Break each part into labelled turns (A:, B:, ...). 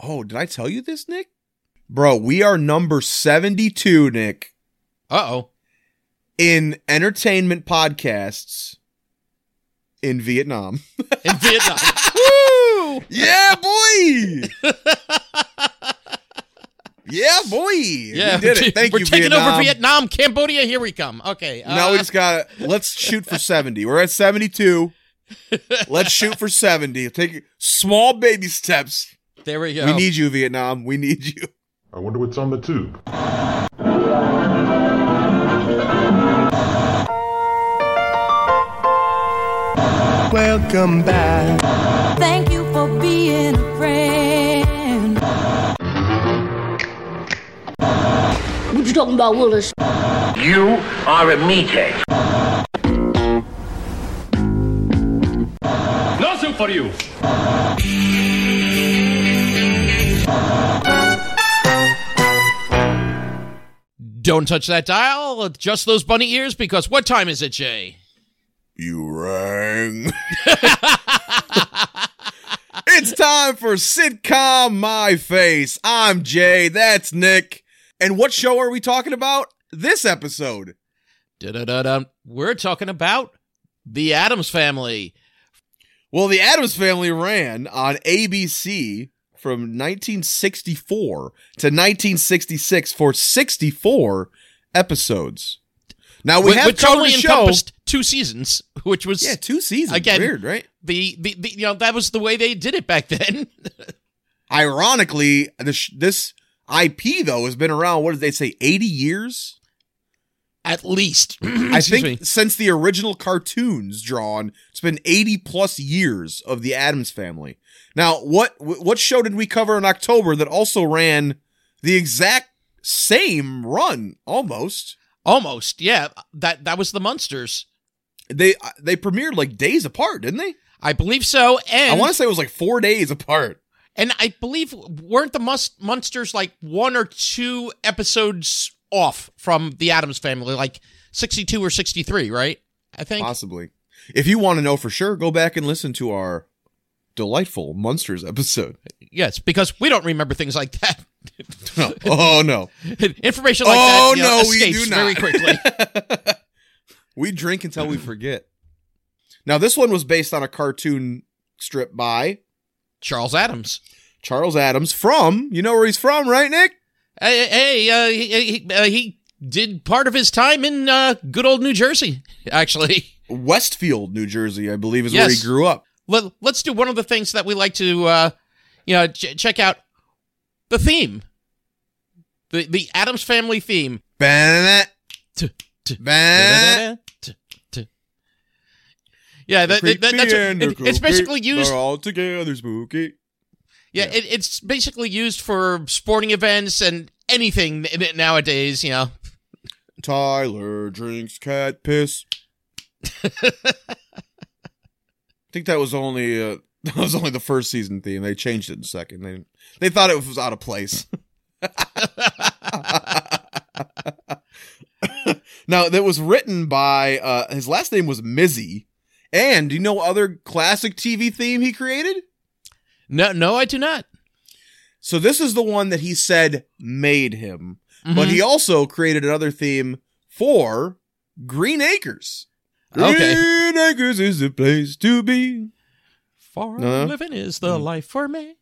A: Oh, did I tell you this, Nick? Bro, we are number 72, Nick,
B: Uh oh.
A: in entertainment podcasts in Vietnam.
B: In Vietnam. Woo!
A: Yeah, boy. yeah, boy.
B: Yeah,
A: we did it. Thank
B: we're
A: you,
B: taking
A: Vietnam.
B: over Vietnam, Cambodia. Here we come. Okay. uh,
A: Now we just got to let's shoot for 70. We're at 72. Let's shoot for 70. Take small baby steps.
B: there we go.
A: We need you, Vietnam. We need you.
C: I wonder what's on the tube.
D: Welcome back.
E: Thank you for being a friend.
F: What you talking about, Willis?
G: You are a meathead. No soup for you.
B: Don't touch that dial. Adjust those bunny ears because what time is it, Jay?
A: You rang. it's time for sitcom My Face. I'm Jay. That's Nick. And what show are we talking about this episode?
B: Da-da-da-dum. We're talking about the Adams family.
A: Well, the Adams Family ran on ABC from 1964 to 1966 for 64 episodes. Now we
B: Which-
A: have
B: which
A: covered
B: only
A: a show.
B: encompassed two seasons, which was
A: Yeah, two seasons.
B: Again.
A: Weird, right?
B: the, the the you know that was the way they did it back then.
A: Ironically, this, this IP though has been around. What did they say? 80 years.
B: At least,
A: I
B: Excuse
A: think
B: me.
A: since the original cartoons drawn, it's been 80 plus years of the Adams Family. Now, what wh- what show did we cover in October that also ran the exact same run almost?
B: almost. Yeah, that that was the Munsters.
A: They uh, they premiered like days apart, didn't they?
B: I believe so. And
A: I want to say it was like 4 days apart.
B: And I believe weren't the Mus- Munsters like one or two episodes off from the Adams Family, like sixty-two or sixty-three, right? I think.
A: Possibly. If you want to know for sure, go back and listen to our delightful Munsters episode.
B: Yes, because we don't remember things like that.
A: No. Oh no.
B: Information like
A: Oh,
B: that you know,
A: no, we
B: escapes
A: do not.
B: very quickly.
A: We drink until we forget. Now, this one was based on a cartoon strip by
B: Charles Adams.
A: Charles Adams from, you know where he's from, right, Nick?
B: Hey, hey uh, he, he, uh, he did part of his time in uh, good old New Jersey, actually.
A: Westfield, New Jersey, I believe is where
B: Yes.
A: he grew up.
B: Let, let's do one of the things that we like to, uh, you know, ch- check out the theme, the the Adams Family theme.
A: Bah,
B: T- t-
A: bah.
B: T- t- Yeah, that, that, that- that's
A: Creepy and
B: what, it-
A: the
B: it's basically
A: kooky,
B: used.
A: They're all together spooky.
B: Yeah,
A: yeah.
B: It, it's basically used for sporting events and anything n- n- nowadays. You know,
A: Tyler drinks cat piss. I think that was only uh, that was only the first season theme. They changed it in second. They they thought it was out of place. now that was written by uh, his last name was Mizzy, and do you know what other classic TV theme he created?
B: no, no, I do not.
A: So this is the one that he said made him, but
B: Mhm.
A: he also created another theme for Green Acres.
B: Okay.
A: Green Acres is the place to be.
B: Farm
A: No.
B: living is the
A: Mm-hmm.
B: life for me.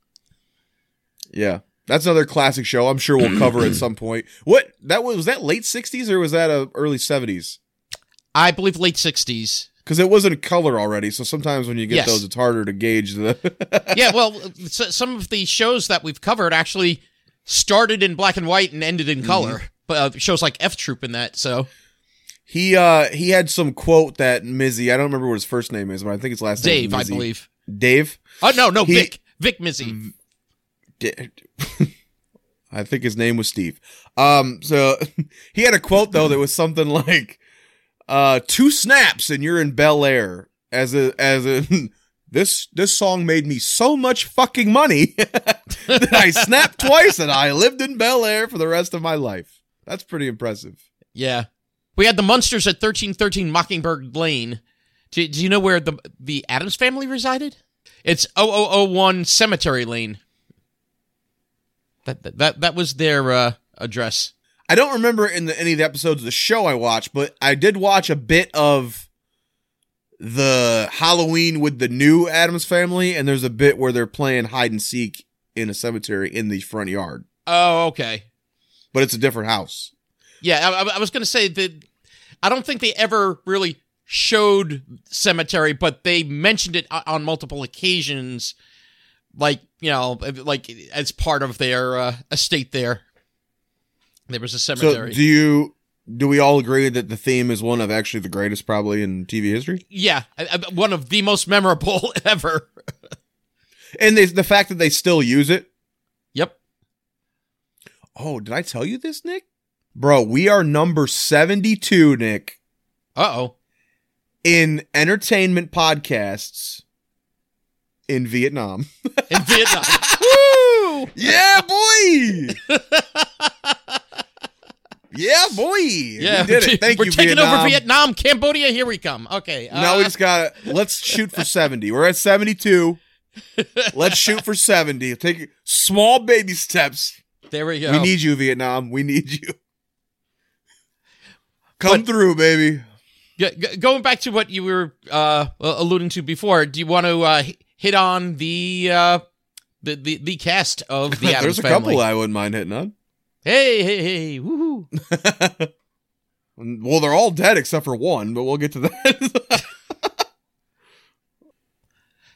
A: Yeah. That's another classic show. I'm sure we'll cover at some point. What that was, was that late 60s or was that a early 70s?
B: I believe late sixties.
A: Because it was in color already, so sometimes when you get
B: Yes.
A: those, it's harder to gauge the.
B: yeah, well, s some of the shows that we've covered actually started in black and white and ended in
A: Mm-hmm.
B: color. But uh, shows like F Troop and that. So
A: he uh he had some quote that Mizzy, I don't remember what his first name is, but I think his last name.
B: Dave,
A: is
B: I
A: Mizzy.
B: believe.
A: Dave.
B: Oh no, no,
A: He- Mm.
B: Vic, Vic Mizzy.
A: D- I think his name was Steve. Um, so he had a quote though that was something like, uh, two snaps and you're in Bel Air as a, as a, this, this song made me so much fucking money that I snapped twice and I lived in Bel Air for the rest of my life. That's pretty impressive.
B: Yeah, we had the Munsters at thirteen thirteen Mockingbird Lane. Do, do you know where the the Adams family resided? It's 0001 Cemetery Lane. That that that, that was their uh, address.
A: I don't remember in the, any of the episodes of the show I watched, but I did watch a bit of the Halloween with the new Adams family, and there's a bit where they're playing hide and seek in a cemetery in the front yard,
B: Oh, okay.
A: but it's a different house.
B: Yeah, I, I- I was going to say that I don't think they ever really showed cemetery, but they mentioned it o- on multiple occasions, like you know, like as part of their uh, estate. There, there was a
A: So,
B: cemetery.
A: do you do we all agree that the theme is one of actually the greatest probably in TV history?
B: yeah, I- I- one of the most memorable ever.
A: And they, the fact that they still use it.
B: Yep.
A: Oh, did I tell you this, Nick? Bro, we are number 72, Nick.
B: Uh oh.
A: in entertainment podcasts in Vietnam.
B: In Vietnam.
A: Woo! Yeah, boy. yeah, boy.
B: Yeah,
A: we did it. Thank
B: we're
A: you,
B: taking
A: Vietnam.
B: over Vietnam, Cambodia. Here we come. Okay. Uh,
A: Now we just got to let's shoot for 70. We're at 72. Let's shoot for 70. Take small baby steps.
B: there we go.
A: We need you, Vietnam. We need you. Come through, baby.
B: Yeah, g- going back to what you were uh, alluding to before, do you want to uh, h- hit on the uh, the, the the cast of the Adams
A: There's a
B: Family?
A: couple I wouldn't mind hitting on.
B: hey, hey, hey! Woohoo!
A: Well, they're all dead except for one, but we'll get to that.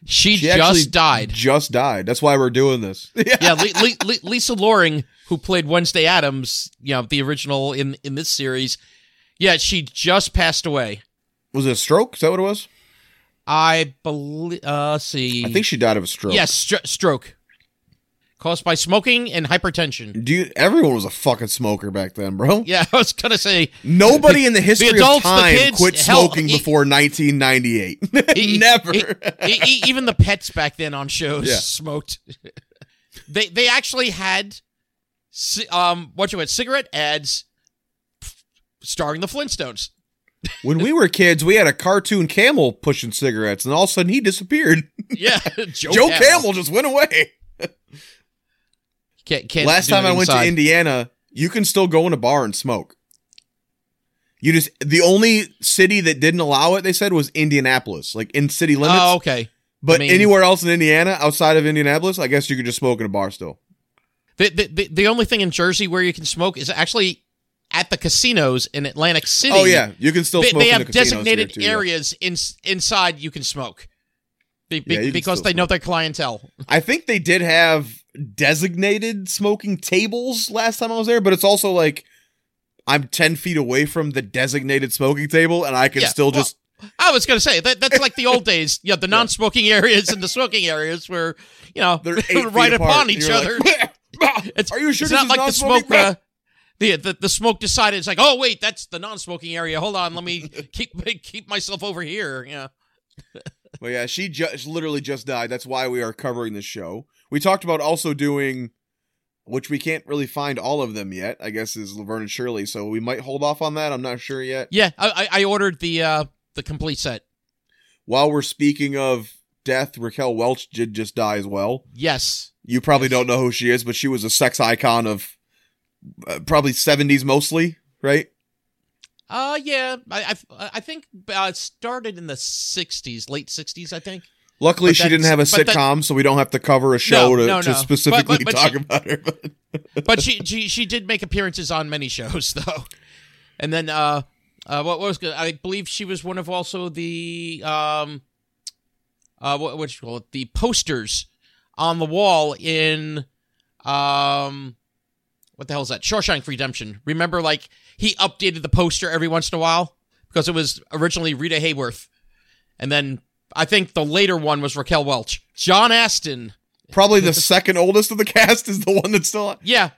B: She,
A: She actually
B: just died.
A: Just died. That's why we're doing this. Yeah.
B: yeah, Le- Le- Le- Lisa Loring, who played Wednesday Adams, you know, the original in in this series. Yeah, she just passed away.
A: Was it a stroke? Is that what it was?
B: I believe. Uh, see,
A: I think she died of a stroke.
B: yes, stro- stroke caused by smoking and hypertension.
A: Do you, everyone was a fucking smoker back then, bro.
B: Yeah, I was gonna say
A: Nobody in the history
B: adults, the
A: of time
B: kids,
A: quit
B: hell,
A: smoking
B: e-
A: before 1998.
B: E- e-
A: Never.
B: e- e- e- even the pets back then on shows
A: Yeah.
B: smoked. they they actually had ci- um what you had cigarette ads starring the Flintstones.
A: when we were kids, we had a cartoon camel pushing cigarettes, and all of a sudden he disappeared.
B: Yeah,
A: Joe Camel, just went away.
B: Can't, can't
A: Last
B: do
A: time
B: it
A: I went to
B: inside.
A: Indiana, you can still go in a bar and smoke. You just the only city that didn't allow it, they said, was Indianapolis, like in city limits.
B: Oh, okay.
A: but
B: I mean-
A: anywhere else in Indiana, outside of Indianapolis, I guess you could just smoke in a bar still.
B: The, the the the only thing in Jersey where you can smoke is actually at the casinos in Atlantic City.
A: Oh yeah, you can still
B: they,
A: smoke.
B: they
A: in the
B: have
A: casinos here,
B: designated
A: too, yeah.
B: areas in, inside you can smoke Be- be-
A: Yeah, you can
B: because
A: still
B: they know
A: smoke.
B: their clientele.
A: I think they did have designated smoking tables last time I was there, but it's also like I'm ten feet away from the designated smoking table, and I can
B: Yeah,
A: still
B: well,
A: just
B: I was gonna say that that's like the old days, yeah, the non-smoking areas and the smoking areas were, you know,
A: they're eight feet
B: right
A: apart,
B: upon
A: and
B: each
A: you're
B: other.
A: like,
B: It's,
A: Are you sure this
B: it's not
A: is
B: like
A: not
B: the smoke?
A: smoking?
B: Uh, the, the the smoke decided it's like, oh wait, that's the non-smoking area. Hold on, let me keep keep myself over here. Yeah,
A: Well, yeah, she just literally just died. That's why we are covering this show. We talked about also doing, which we can't really find all of them yet. I guess is Laverne and Shirley. So we might hold off on that. I'm not sure yet.
B: yeah. I, I I ordered the uh the complete set.
A: While we're speaking of death, Raquel Welch did just die as well.
B: Yes,
A: You probably don't know who she is, but she was a sex icon of uh, probably 70s mostly, right?
B: uh, yeah. I I, I think uh, it started in the '60s, late '60s, I think.
A: Luckily,
B: But
A: she didn't
B: that's-
A: have a
B: but that-
A: sitcom, so we don't have to cover a show
B: No,
A: to,
B: no,
A: to
B: no. But-
A: specifically
B: but- but
A: talk
B: she-
A: about her. but-
B: but she, she she did make appearances on many shows though and then uh uh what was good i believe she was one of also the um uh what what you call it the posters on the wall in um what the hell is that shawshank redemption remember like he updated the poster every once in a while because it was originally rita hayworth and then i think the later one was raquel welch john aston
A: Probably the second oldest of the cast is the one that's still on.
B: yeah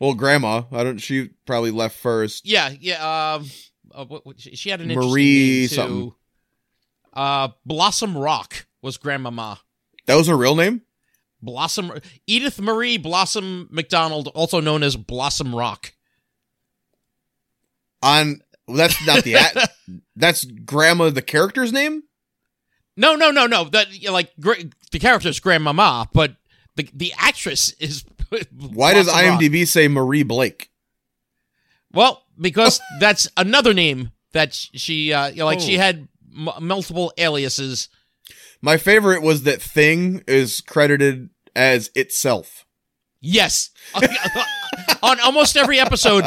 A: Well, grandma, I don't. She probably left first.
B: Yeah, yeah. Um, uh, what, what, she she had an interesting
A: Marie
B: name, too.
A: something.
B: Uh, Blossom Rock was Grandmama.
A: That was her real name.
B: Blossom Edith Marie Blossom McDonald, also known as Blossom Rock.
A: On well, that's not the act. that's grandma the character's name.
B: No, no, no, no. That yeah, like gra- the character's Grandmama, but the the actress is
A: Why
B: Lots
A: does
B: of rock.
A: IMDb say Marie Blake?
B: Well, because that's another name that sh- she, uh, you know, like she
A: Oh.
B: had m- multiple aliases.
A: My favorite was that Thing is credited as itself.
B: Yes, on almost every episode,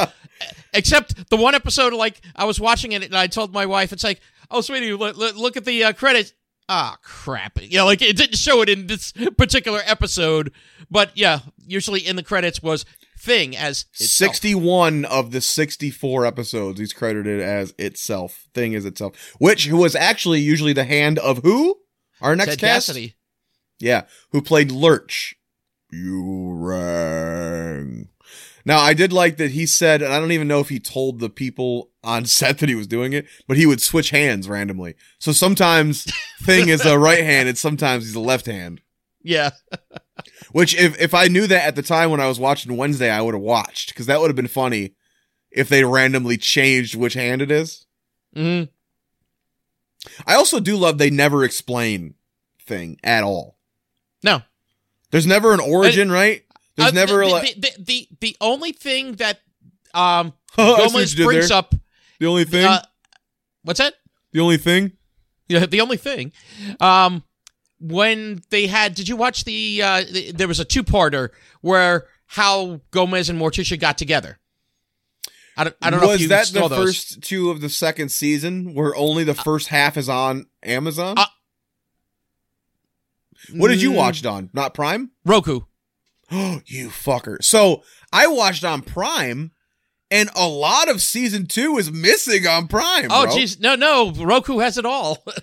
B: except the one episode. Like I was watching it, and I told my wife, "It's like, oh, sweetie, look, look, look at the uh, credits." Ah, crap! You know, like it didn't show it in this particular episode, but yeah, usually in the credits was thing as itself.
A: 61 of the 64 episodes he's credited as itself. Thing is itself, which was actually usually the hand of who? Our next
B: Ted
A: cast?
B: Cassidy.
A: Yeah, who played Lurch. You rang. Now, I did like that he said, and I don't even know if he told the people on set that he was doing it, but he would switch hands randomly. So sometimes Thing is a right hand, and sometimes he's a left hand.
B: Yeah,
A: Which, if, if I knew that at the time when I was watching Wednesday, I would have watched, because that would have been funny if they randomly changed which hand it is.
B: hmm
A: I also do love they never explain Thing at all.
B: no,
A: There's never an origin, right? There's
B: Uh,
A: never
B: the,
A: a.
B: the, the, the the only thing that um
A: Oh, I see what
B: Gomez
A: you did
B: brings
A: there.
B: up.
A: The only thing.
B: Uh, what's that?
A: the only thing.
B: Yeah, the only thing. Um, when they had, did you watch the? Uh, the there was a two-parter where how Gomez and Morticia got together. I don't. I don't know
A: Was
B: if you
A: that
B: saw
A: the
B: those.
A: first two of the second season, where only the first half is on Amazon?
B: Uh,
A: what did you
B: Mm,
A: watch it on? Not Prime.
B: Roku.
A: Oh, you fucker! So I watched on Prime, and a lot of season two is missing on Prime.
B: Oh,
A: bro.
B: jeez, no, no. Roku has it all.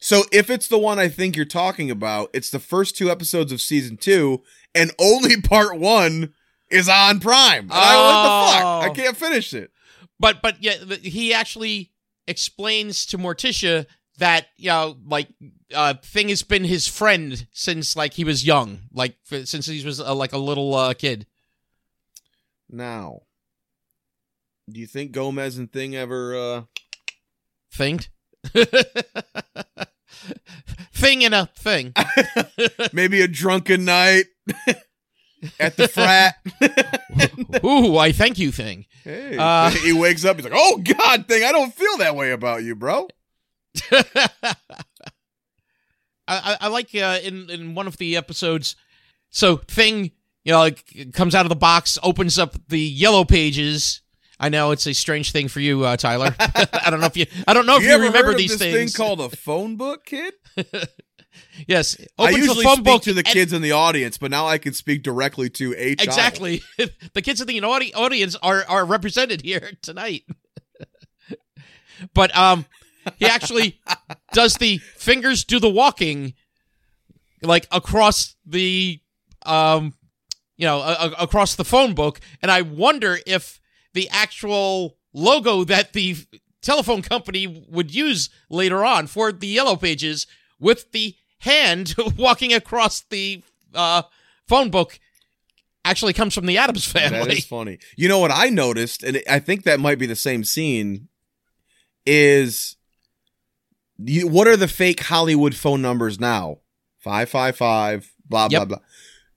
A: So if it's the one I think you're talking about, it's the first two episodes of season two, and only part one is on Prime. And I, what the fuck?
B: Oh.
A: I can't finish it.
B: but but yeah, th- he actually explains to Morticia that you know, like, uh, thing has been his friend since like he was young, like f- since he was uh, like a little uh, kid.
A: Now, do you think Gomez and Thing ever? uh
B: Thinged. thing in a thing.
A: uh, Maybe a drunken night at the frat.
B: Ooh, I thank you, thing.
A: hey,
B: Uh,
A: he wakes up. He's like, "Oh God, Thing, I don't feel that way about you, bro."
B: I, I, I like uh, in in one of the episodes. So thing, you know, like comes out of the box, opens up the yellow pages. I know it's a strange thing for you, uh, Tyler. I don't know if you, I don't know if you,
A: ever
B: remember
A: heard of
B: these
A: this
B: things.
A: thing called a phone book, kid?
B: yes,
A: I
B: opens
A: usually
B: the phone
A: speak
B: book
A: to the
B: and-
A: kids in the audience, but now I can speak directly to a child.
B: Exactly. the kids in the audi- audience are are represented here tonight. but um he actually does the fingers do the walking like across the um you know a- a- across the phone book and I wonder if the actual logo that the telephone company would use later on for the yellow pages with the hand walking across the uh, phone book actually comes from the Adams
A: That
B: family.
A: is funny. You know what I noticed, and I think that might be the same scene. Is you, what are the fake Hollywood phone numbers now? Five five five. Blah
B: Yep.
A: blah blah.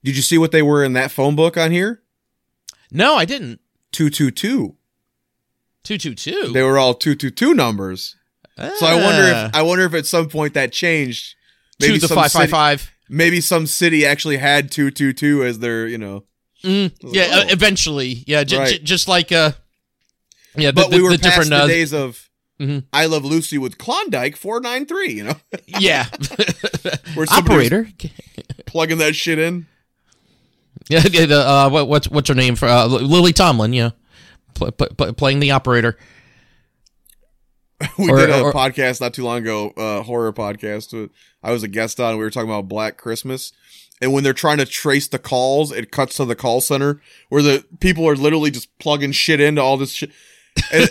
A: Did you see what they were in that phone book on here?
B: no, I didn't.
A: Two two two.
B: Two two two.
A: They were all two two two numbers. So I wonder if I wonder if at some point that changed.
B: Ah. to the
A: some
B: five
A: city,
B: five five.
A: Maybe some city actually had two two two as their you know.
B: Mm, yeah, uh,
A: Oh.
B: eventually. Yeah, j-
A: Right.
B: just like uh, yeah, the,
A: But
B: the,
A: we were
B: the
A: past
B: different
A: the
B: uh,
A: days of
B: mhm.
A: I Love Lucy with Klondike four nine three. You know.
B: yeah
A: Where somebody was
B: operator.
A: plugging that shit in.
B: Yeah, yeah, the, uh, what, what's what's her name for uh, Li- Lily Tomlin? Yeah, pl- pl- pl- playing the operator.
A: We
B: Or-
A: did a
B: or-
A: podcast not too long ago, uh, horror podcast. I was a guest on. We were talking about Black Christmas, and when they're trying to trace the calls, it cuts to the call center where the people are literally just plugging shit into all this shit. And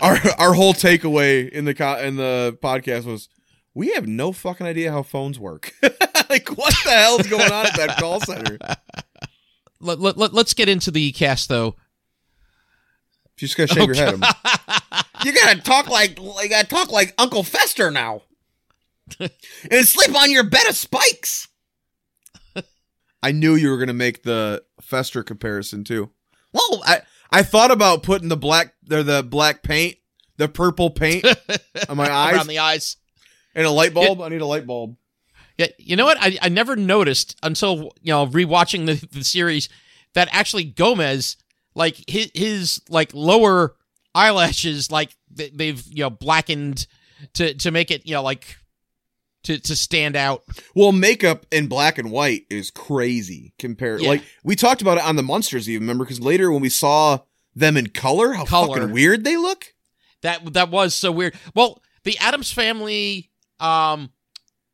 A: our our whole takeaway in the co- in the podcast was. We have no fucking idea how phones work. like, what the hell's going on at that call center?
B: Let, let, let, us get into the cast though.
A: She's gonna shake her head. I'm- you gotta talk like you gotta talk like Uncle Fester now, and sleep on your bed of spikes. I knew you were gonna make the Fester comparison too. Well, I I thought about putting the black or the black paint, the purple paint on my eyes
B: around the eyes.
A: and a light bulb. I need a light bulb.
B: Yeah, you know what? I, I never noticed until you know rewatching the, the series that actually Gomez like his, his like lower eyelashes like they, they've you know blackened to to make it you know like to to stand out.
A: Well, makeup in black and white is crazy compared.
B: Yeah.
A: Like we talked about it on the monsters, even remember? Because later when we saw them in color, how
B: Color.
A: fucking weird they look.
B: That that was so weird. Well, the Adams family, um,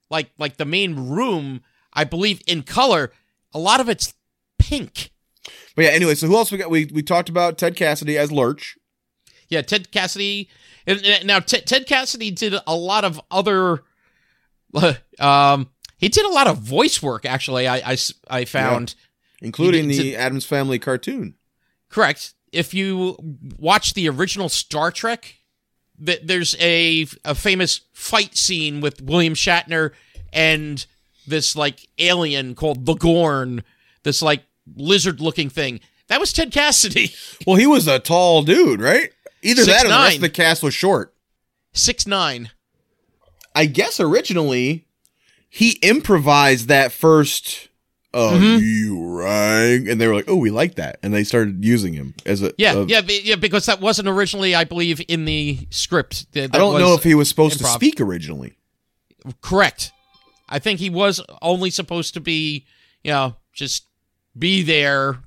B: like like the main room, I believe in color, a lot of it's pink.
A: But yeah, anyway, so who else we got? We we talked about Ted Cassidy as Lurch.
B: Yeah, Ted Cassidy. And, and now Ted Ted Cassidy did a lot of other. Um, he did a lot of voice work. Actually, I I s- I found
A: including
B: He did-
A: the Adams Family cartoon.
B: correct. If you watch the original Star Trek, that there's a a famous fight scene with William Shatner and this like alien called the Gorn, this like lizard looking thing. That was Ted Cassidy,
A: Well, he was a tall dude, right? Either that or the rest
B: 6'9".
A: of the cast was short.
B: six nine.
A: I guess originally he improvised that first. Uh,
B: Mm-hmm.
A: you rang, and they were like, "Oh, we like that," and they started using him as a.
B: Yeah,
A: a-
B: yeah, be- yeah. Because that wasn't originally, I believe, in the script. Th-
A: I
B: that
A: don't
B: was
A: know if he was supposed to
B: improv.
A: speak originally.
B: correct. I think he was only supposed to be, you know, just be there,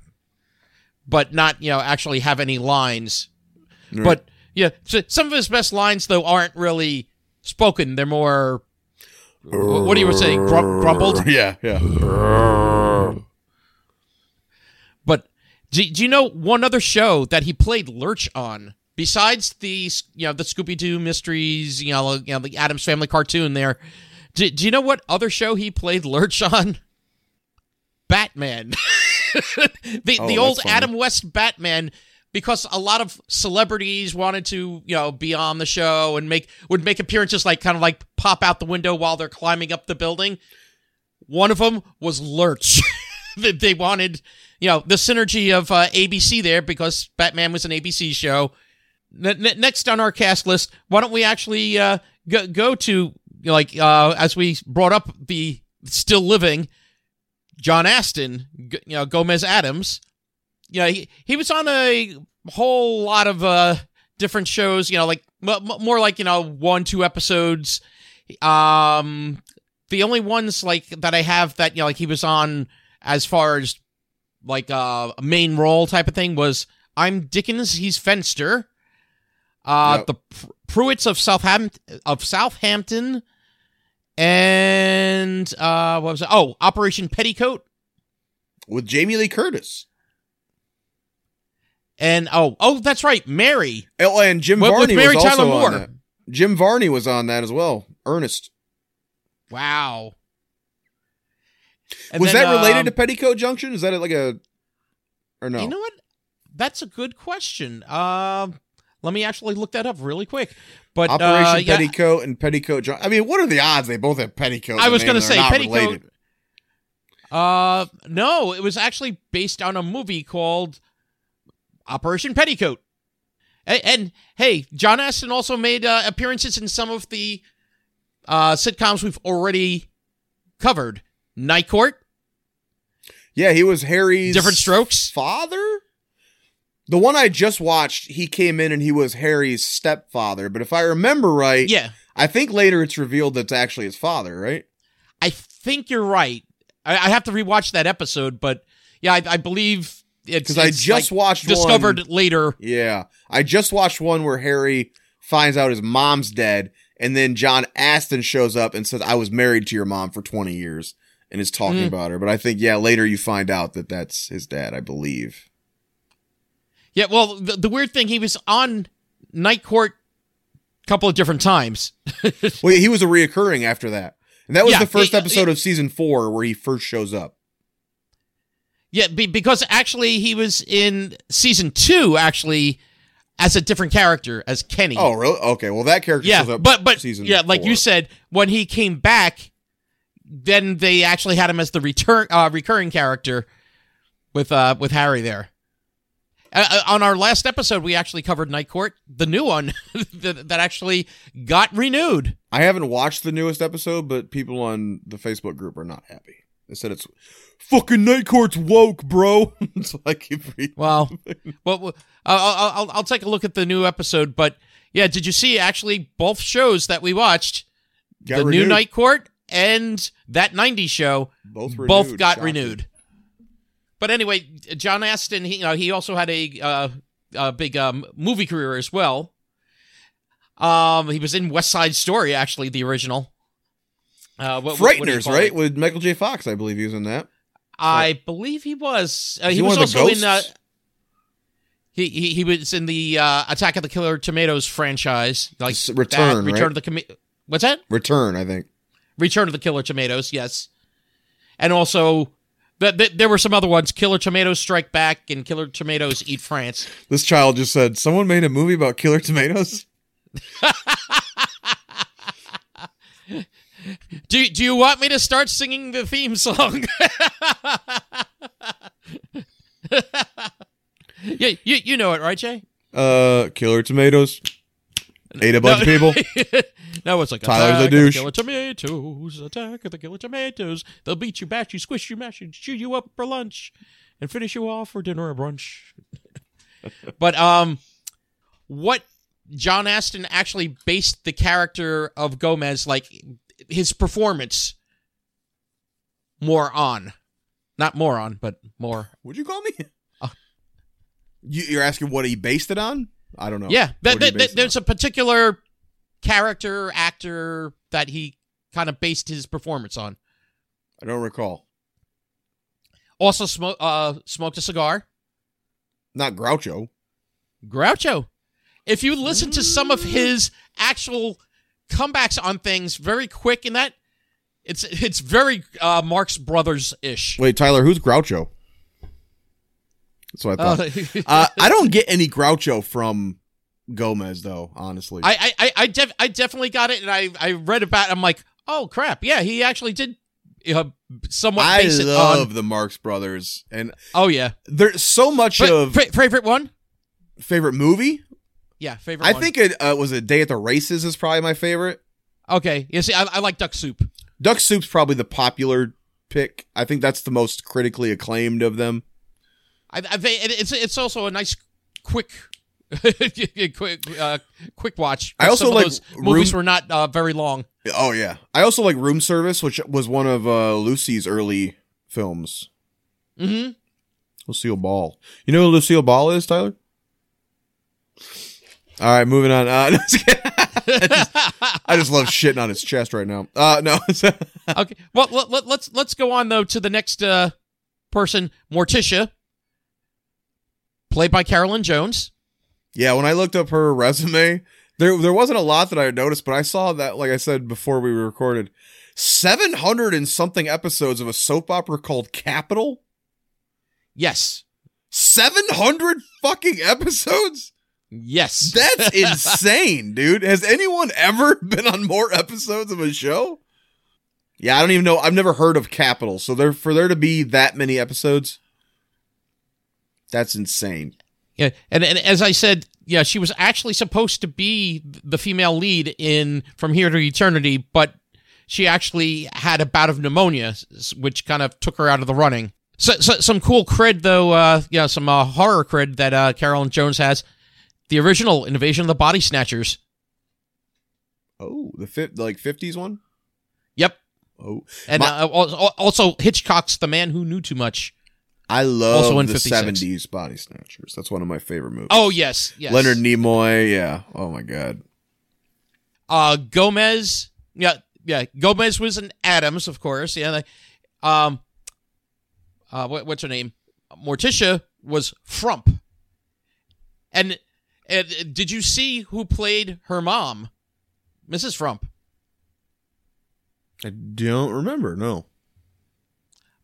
B: but not, you know, actually have any lines. But yeah, so some of his best lines though aren't really spoken. They're more. wh- What do you were saying? Grum- grumbled.
A: Yeah, yeah.
B: But do, do you know one other show that he played Lurch on besides the you know the Scooby Doo mysteries, you know, you know the Adams Family cartoon there? Do, do you know what other show he played Lurch on? Batman. the
A: Oh,
B: the
A: that's
B: old
A: funny.
B: Adam West Batman because a lot of celebrities wanted to, you know, be on the show and make would make appearances like kind of like pop out the window while they're climbing up the building. One of them was Lurch. they, they wanted, you know, the synergy of uh, ABC there because Batman was an ABC show. Ne- ne- next on our cast list, why don't we actually uh, go go to you know, like uh, as we brought up the still living John Aston, G- you know Gomez Adams. You know, he he was on a whole lot of uh, different shows. You know, like m- m- more like you know one two episodes. Um, the only ones like that I have that you know like he was on as far as like uh, a main role type of thing was I'm Dickens, he's Fenster. Uh,
A: Yep.
B: the Pr- Pruitts of Southampton of Southampton, and uh, what was it? Oh, Operation Petticoat,
A: With Jamie Lee Curtis.
B: and oh, oh, that's right, Mary.
A: Oh, and Jim
B: With- with
A: Varney
B: Mary
A: was
B: Tyler
A: also
B: Moore.
A: on that. Jim Varney was on that as well. Ernest.
B: Wow. And
A: was
B: then,
A: that related
B: um,
A: to Petticoat Junction? Is that like a or no?
B: You know what? That's a good question. Um, let me actually look that up really quick. But uh,
A: Operation
B: yeah,
A: Petticoat and Petticoat Junction. I mean, what are the odds they both have petticoats?
B: I
A: and
B: was
A: they-
B: gonna
A: they're
B: say
A: not
B: Petticoat-
A: related?
B: Uh, no, it was actually based on a movie called Operation Petticoat. And, and hey, John Aston also made uh, appearances in some of the uh, sitcoms we've already covered. Night Court,
A: Yeah, he was Harry's
B: Different Strokes.
A: father. The one I just watched, he came in and he was Harry's stepfather. But if I remember right,
B: Yeah,
A: I think later it's revealed that's actually his father, right?
B: I think you're right. I, I have to rewatch that episode, but yeah, I, I believe it's
A: Because I
B: it's,
A: just
B: like,
A: watched
B: discovered
A: One,
B: later.
A: yeah, I just watched one where Harry finds out his mom's dead, and then John Aston shows up and says, "I was married to your mom for twenty years," and is talking
B: Mm.
A: about her. But I think yeah, later you find out that that's his dad, I believe.
B: Yeah, well, the, the weird thing, he was on Night Court a couple of different times.
A: Well, yeah, he was a reoccurring after that, and that was
B: Yeah, uh,
A: the first
B: it-
A: episode
B: it-
A: of season four where he first shows up.
B: Yeah, be, because actually he was in season two, actually as a different character as Kenny.
A: Oh, really? Okay. Well, that character
B: yeah,
A: shows up.
B: but but
A: Oh, season
B: yeah, like
A: four.
B: you said, when he came back, then they actually had him as the return uh, recurring character with uh with Harry there. Uh, uh, on our last episode, we actually covered Night Court, the new one that, that actually got renewed.
A: I haven't watched the newest episode, but people on the Facebook group are not happy. They said it's fucking Night Court's woke, bro. it's like you read-
B: Well, well, well, I'll, I'll- I'll I'll take a look at the new episode. But yeah, did you see actually both shows that we watched,
A: got
B: the new
A: renewed.
B: Night Court and that '90s show,
A: both
B: both
A: renewed,
B: got
A: shocking.
B: renewed. But anyway, John Aston, he you know, he also had a uh, a big um, movie career as well. Um, he was in West Side Story, actually, the original. Uh, what, what- what do you
A: Frighteners,
B: call
A: right?
B: it?
A: With Michael J. Fox, I believe he was in that.
B: I believe he was. Uh,
A: Is
B: he,
A: he
B: was
A: one of the
B: also in. Uh,
A: ghosts?
B: he, he he was in the uh, Attack of the Killer Tomatoes franchise, like
A: S-
B: that,
A: Return,
B: Return
A: right?
B: of the Commi- What's that?
A: Return, I think.
B: Return of the Killer Tomatoes, yes. And also, th- th- there were some other ones Killer Tomatoes Strike Back and Killer Tomatoes Eat France.
A: This child just said someone made a movie about Killer Tomatoes.
B: Do, do you want me to start singing the theme song? yeah, you, you know it, right, Jay?
A: Uh, Killer Tomatoes ate a bunch
B: No.
A: of people.
B: No, it's like
A: Tyler the
B: attack of
A: douche.
B: killer tomatoes, attack of the killer tomatoes. They'll beat you, bat you, squish you, mash you, chew you up for lunch, and finish you off for dinner or brunch. but um, what John Aston actually based the character of Gomez, like his performance, more on, not more on, but more.
A: Would you call me?
B: Uh.
A: you, you're asking what he based it on? I don't know.
B: Yeah,
A: What he
B: that, that,
A: Oh, based
B: that,
A: it
B: there's a particular character actor that he kind of based his performance on.
A: on. I don't recall.
B: Also, smoke uh, smoked a cigar.
A: Not Groucho.
B: Groucho. If you listen to some of his actual comebacks on things, very quick in that, it's it's very uh, Marx Brothers ish.
A: Wait, Tyler, who's Groucho? That's what I thought.
B: Uh,
A: uh, I don't get any Groucho from Gomez, though. Honestly,
B: I I I I, def- I definitely got it, and I I read about. It, I'm like, oh crap, yeah, he actually did. Uh, somewhat
A: I
B: base it
A: love
B: on.
A: the Marx Brothers, and
B: Oh yeah,
A: there's so much
B: Fa-
A: of
B: fa- favorite one.
A: favorite movie.
B: Yeah, favorite.
A: I
B: one.
A: think it uh, was a Day at the Races is probably my favorite.
B: Okay, you see, I, I like duck soup.
A: Duck Soup's probably the popular pick. I think that's the most critically acclaimed of them.
B: I, I think it- it's it's also a nice quick quick uh, quick watch.
A: I also
B: Some of
A: like
B: those movies
A: Room-
B: were not uh, very long.
A: Oh yeah, I also like Room Service, which was one of uh, Lucy's early films.
B: hmm
A: Lucille Ball. You know who Lucille Ball is, Tyler? All right, moving on. Uh, no, I'm just kidding. I, just, I just love shitting on his chest right now. Uh, no,
B: Okay. Well, let, let, let's let's go on though to the next uh, person, Morticia, played by Carolyn Jones.
A: yeah. When I looked up her resume, there there wasn't a lot that I had noticed, but I saw that, like I said before we recorded, seven hundred and something episodes of a soap opera called Capital.
B: Yes.
A: Seven hundred fucking episodes.
B: Yes.
A: That's insane, dude. Has anyone ever been on more episodes of a show? Yeah, I don't even know. I've never heard of Capital. So there for there to be that many episodes, that's insane.
B: Yeah, and and as I said, yeah, she was actually supposed to be the female lead in From Here to Eternity, but she actually had a bout of pneumonia, s- which kind of took her out of the running. So, so some cool cred though, uh, yeah, some uh, horror cred that uh, Carolyn Jones has. The original Invasion of the Body Snatchers.
A: Oh, the fi- like 50s one?
B: Yep,
A: Oh.
B: and
A: My-
B: uh, al- al- also Hitchcock's The Man Who Knew Too Much.
A: I love
B: also in
A: the
B: 56.
A: 70s Body Snatchers. That's one of my favorite movies.
B: Oh yes, yes.
A: Leonard Nimoy, yeah. Oh my god.
B: uh Gomez. Yeah, yeah. Gomez was an Adams, of course. Yeah. Like, um. Uh, what, what's her name? Morticia was Frump. And, and uh, did you see who played her mom, Mrs. Frump?
A: I don't remember. No.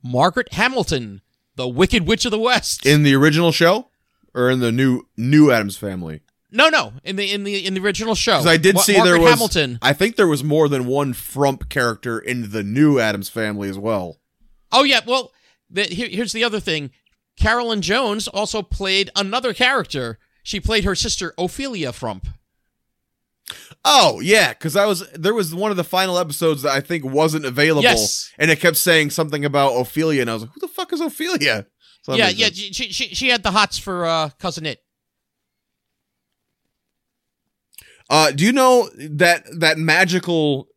B: Margaret Hamilton, the Wicked Witch of the West.
A: In the original show or in the new new Adams family?
B: No, no. In the in the in the original show,
A: Because I did
B: Oh, Wa-
A: see
B: Margaret
A: there was.
B: Hamilton.
A: I think there was more than one Frump character in the new Adams Family as well.
B: Oh yeah. Well, the, here, here's the other thing. Carolyn Jones also played another character. She played her sister Ophelia Frump.
A: Oh yeah, because I was there was one of the final episodes that I think wasn't available,
B: Yes.
A: and it kept saying something about Ophelia, and I was like, "Who the fuck is Ophelia?" So that
B: yeah,
A: makes
B: yeah.
A: sense.
B: She, she she she had the hots for uh, cousin it.
A: Uh, do you know that that magical?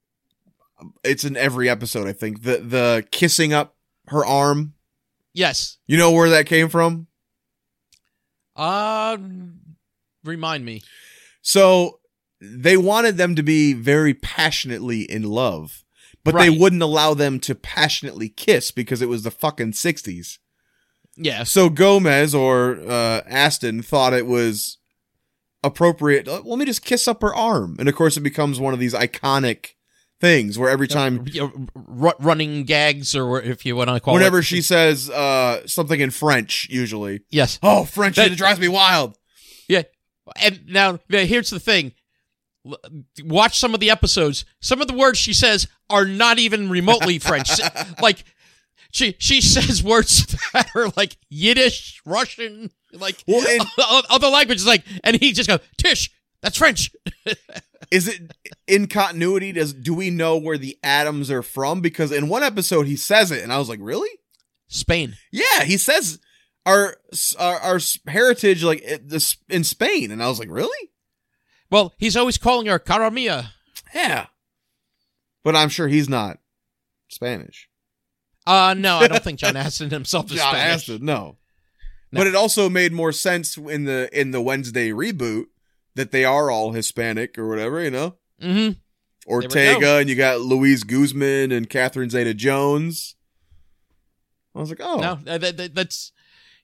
A: It's in every episode, I think. The the kissing up her arm.
B: Yes.
A: You know where that came from?
B: Uh remind me.
A: So they wanted them to be very passionately in love, but they
B: Right.
A: wouldn't allow them to passionately kiss because it was the fucking sixties.
B: Yes.
A: So Gomez or uh, Aston thought it was appropriate. "Uh, Let me just kiss up her arm, and of course, it becomes one of these iconic things where every time
B: You know, r- running gags, or if you want to call it.
A: whenever she says uh, something in French, usually.
B: Yes.
A: Oh, French!
B: That-
A: it drives me wild.
B: Yeah. And now yeah, here's the thing. L- Watch some of the episodes. Some of the words she says are not even remotely French. like she she says words that are like Yiddish, Russian, like
A: Well, and-
B: o- other languages. Like, and he just goes, "Tish, that's French."
A: Is it in continuity? Does do we know where the atoms are from? Because in one episode he says it, and I was like, really?
B: Spain.
A: Yeah, he says our our, our heritage like it- this in Spain, and I was like, really?
B: Well, he's always calling her Caramia.
A: Yeah, but I'm sure he's not Spanish.
B: Uh no, I don't think John Aston himself is
A: John
B: Spanish.
A: Aston, no.
B: No.
A: But it also made more sense in the in the Wednesday reboot that they are all Hispanic or whatever, you know.
B: hmm we
A: Ortega, and you got Luis Guzman and Catherine Zeta Jones. I was like, oh,
B: No, that, that- that- that's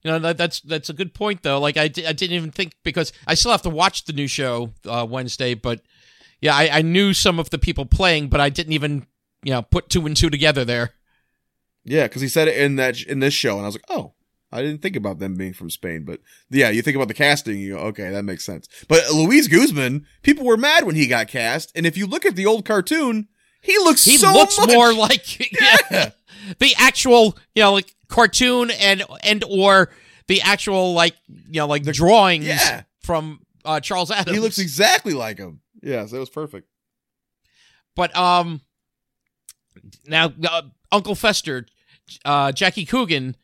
B: you know that, that's that's a good point though. Like I, di- I didn't even think because I still have to watch the new show uh, Wednesday, but yeah, I, I knew some of the people playing, but I didn't even you know put two and two together there.
A: yeah, because he said it in that in this show, and I was like, oh, I didn't think about them being from Spain, but yeah, you think about the casting, you go, okay, that makes sense. But Luis Guzman, people were mad when he got cast, and if you look at the old cartoon, he looks
B: He
A: so
B: looks
A: much-
B: more like yeah, the actual you know like cartoon and and or the actual like you know like the drawings
A: yeah.
B: from uh, Charles Adams.
A: he looks exactly like him. Yes, that was perfect.
B: But um, now uh, Uncle Fester, uh, Jackie Coogan,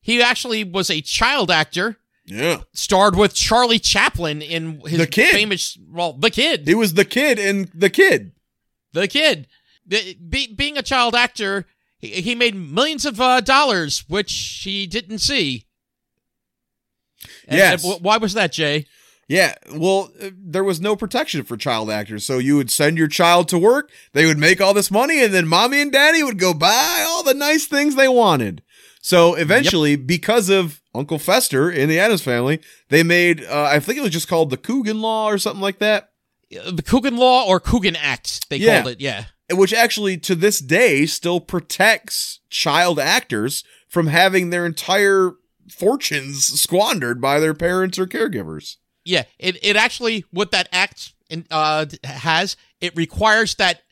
B: he actually was a child actor,
A: Yeah,
B: starred with Charlie Chaplin in his
A: The Kid.
B: famous well, the kid,
A: he was the kid in the kid.
B: the kid. The, be, being a child actor, he, he made millions of uh, dollars, which he didn't see. And-
A: Yes.
B: and wh- why was that, Jay?
A: Yeah, well, uh, there was no protection for child actors, so you would send your child to work, they would make all this money, and then mommy and daddy would go buy all the nice things they wanted. So eventually, because of Uncle Fester in the Adams Family, they made uh, I think it was just called the Coogan Law or something like that,
B: Uh, The Coogan Law or Coogan Act? They
A: Yeah.
B: called it. Yeah.
A: which actually to this day still protects child actors from having their entire fortunes squandered by their parents or caregivers.
B: Yeah, it, it actually what that act in, uh, has it requires that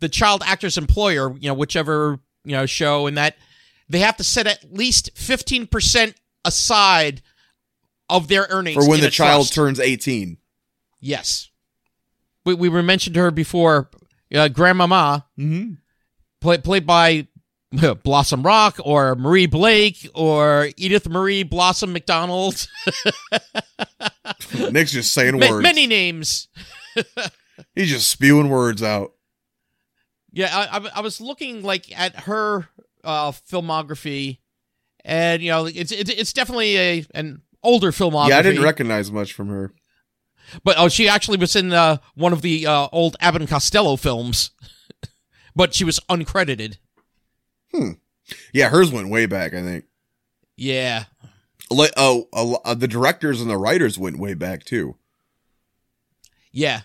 B: the child actor's employer, you know, whichever you know show, and that they have to set at least fifteen percent aside of their earnings
A: For when
B: in
A: the
B: a
A: child
B: trust.
A: turns 18.
B: Yes, we we were mentioned her before, uh, Grandmama,
A: Mm-hmm.
B: play, played by Blossom Rock or Marie Blake or Edith Marie Blossom McDonald.
A: Nick's just saying
B: Ma-
A: words.
B: many names.
A: He's just spewing words out.
B: Yeah, I, I, I was looking like at her uh, filmography, and you know, it's it's, it's definitely a an older filmography.
A: Yeah, I didn't recognize much from her.
B: but oh, she actually was in uh, one of the uh, old Abbott and Costello films, but she was uncredited.
A: Yeah, hers went way back. I think.
B: Yeah,
A: Like, oh, a lo- uh, the directors and the writers went way back too.
B: yeah.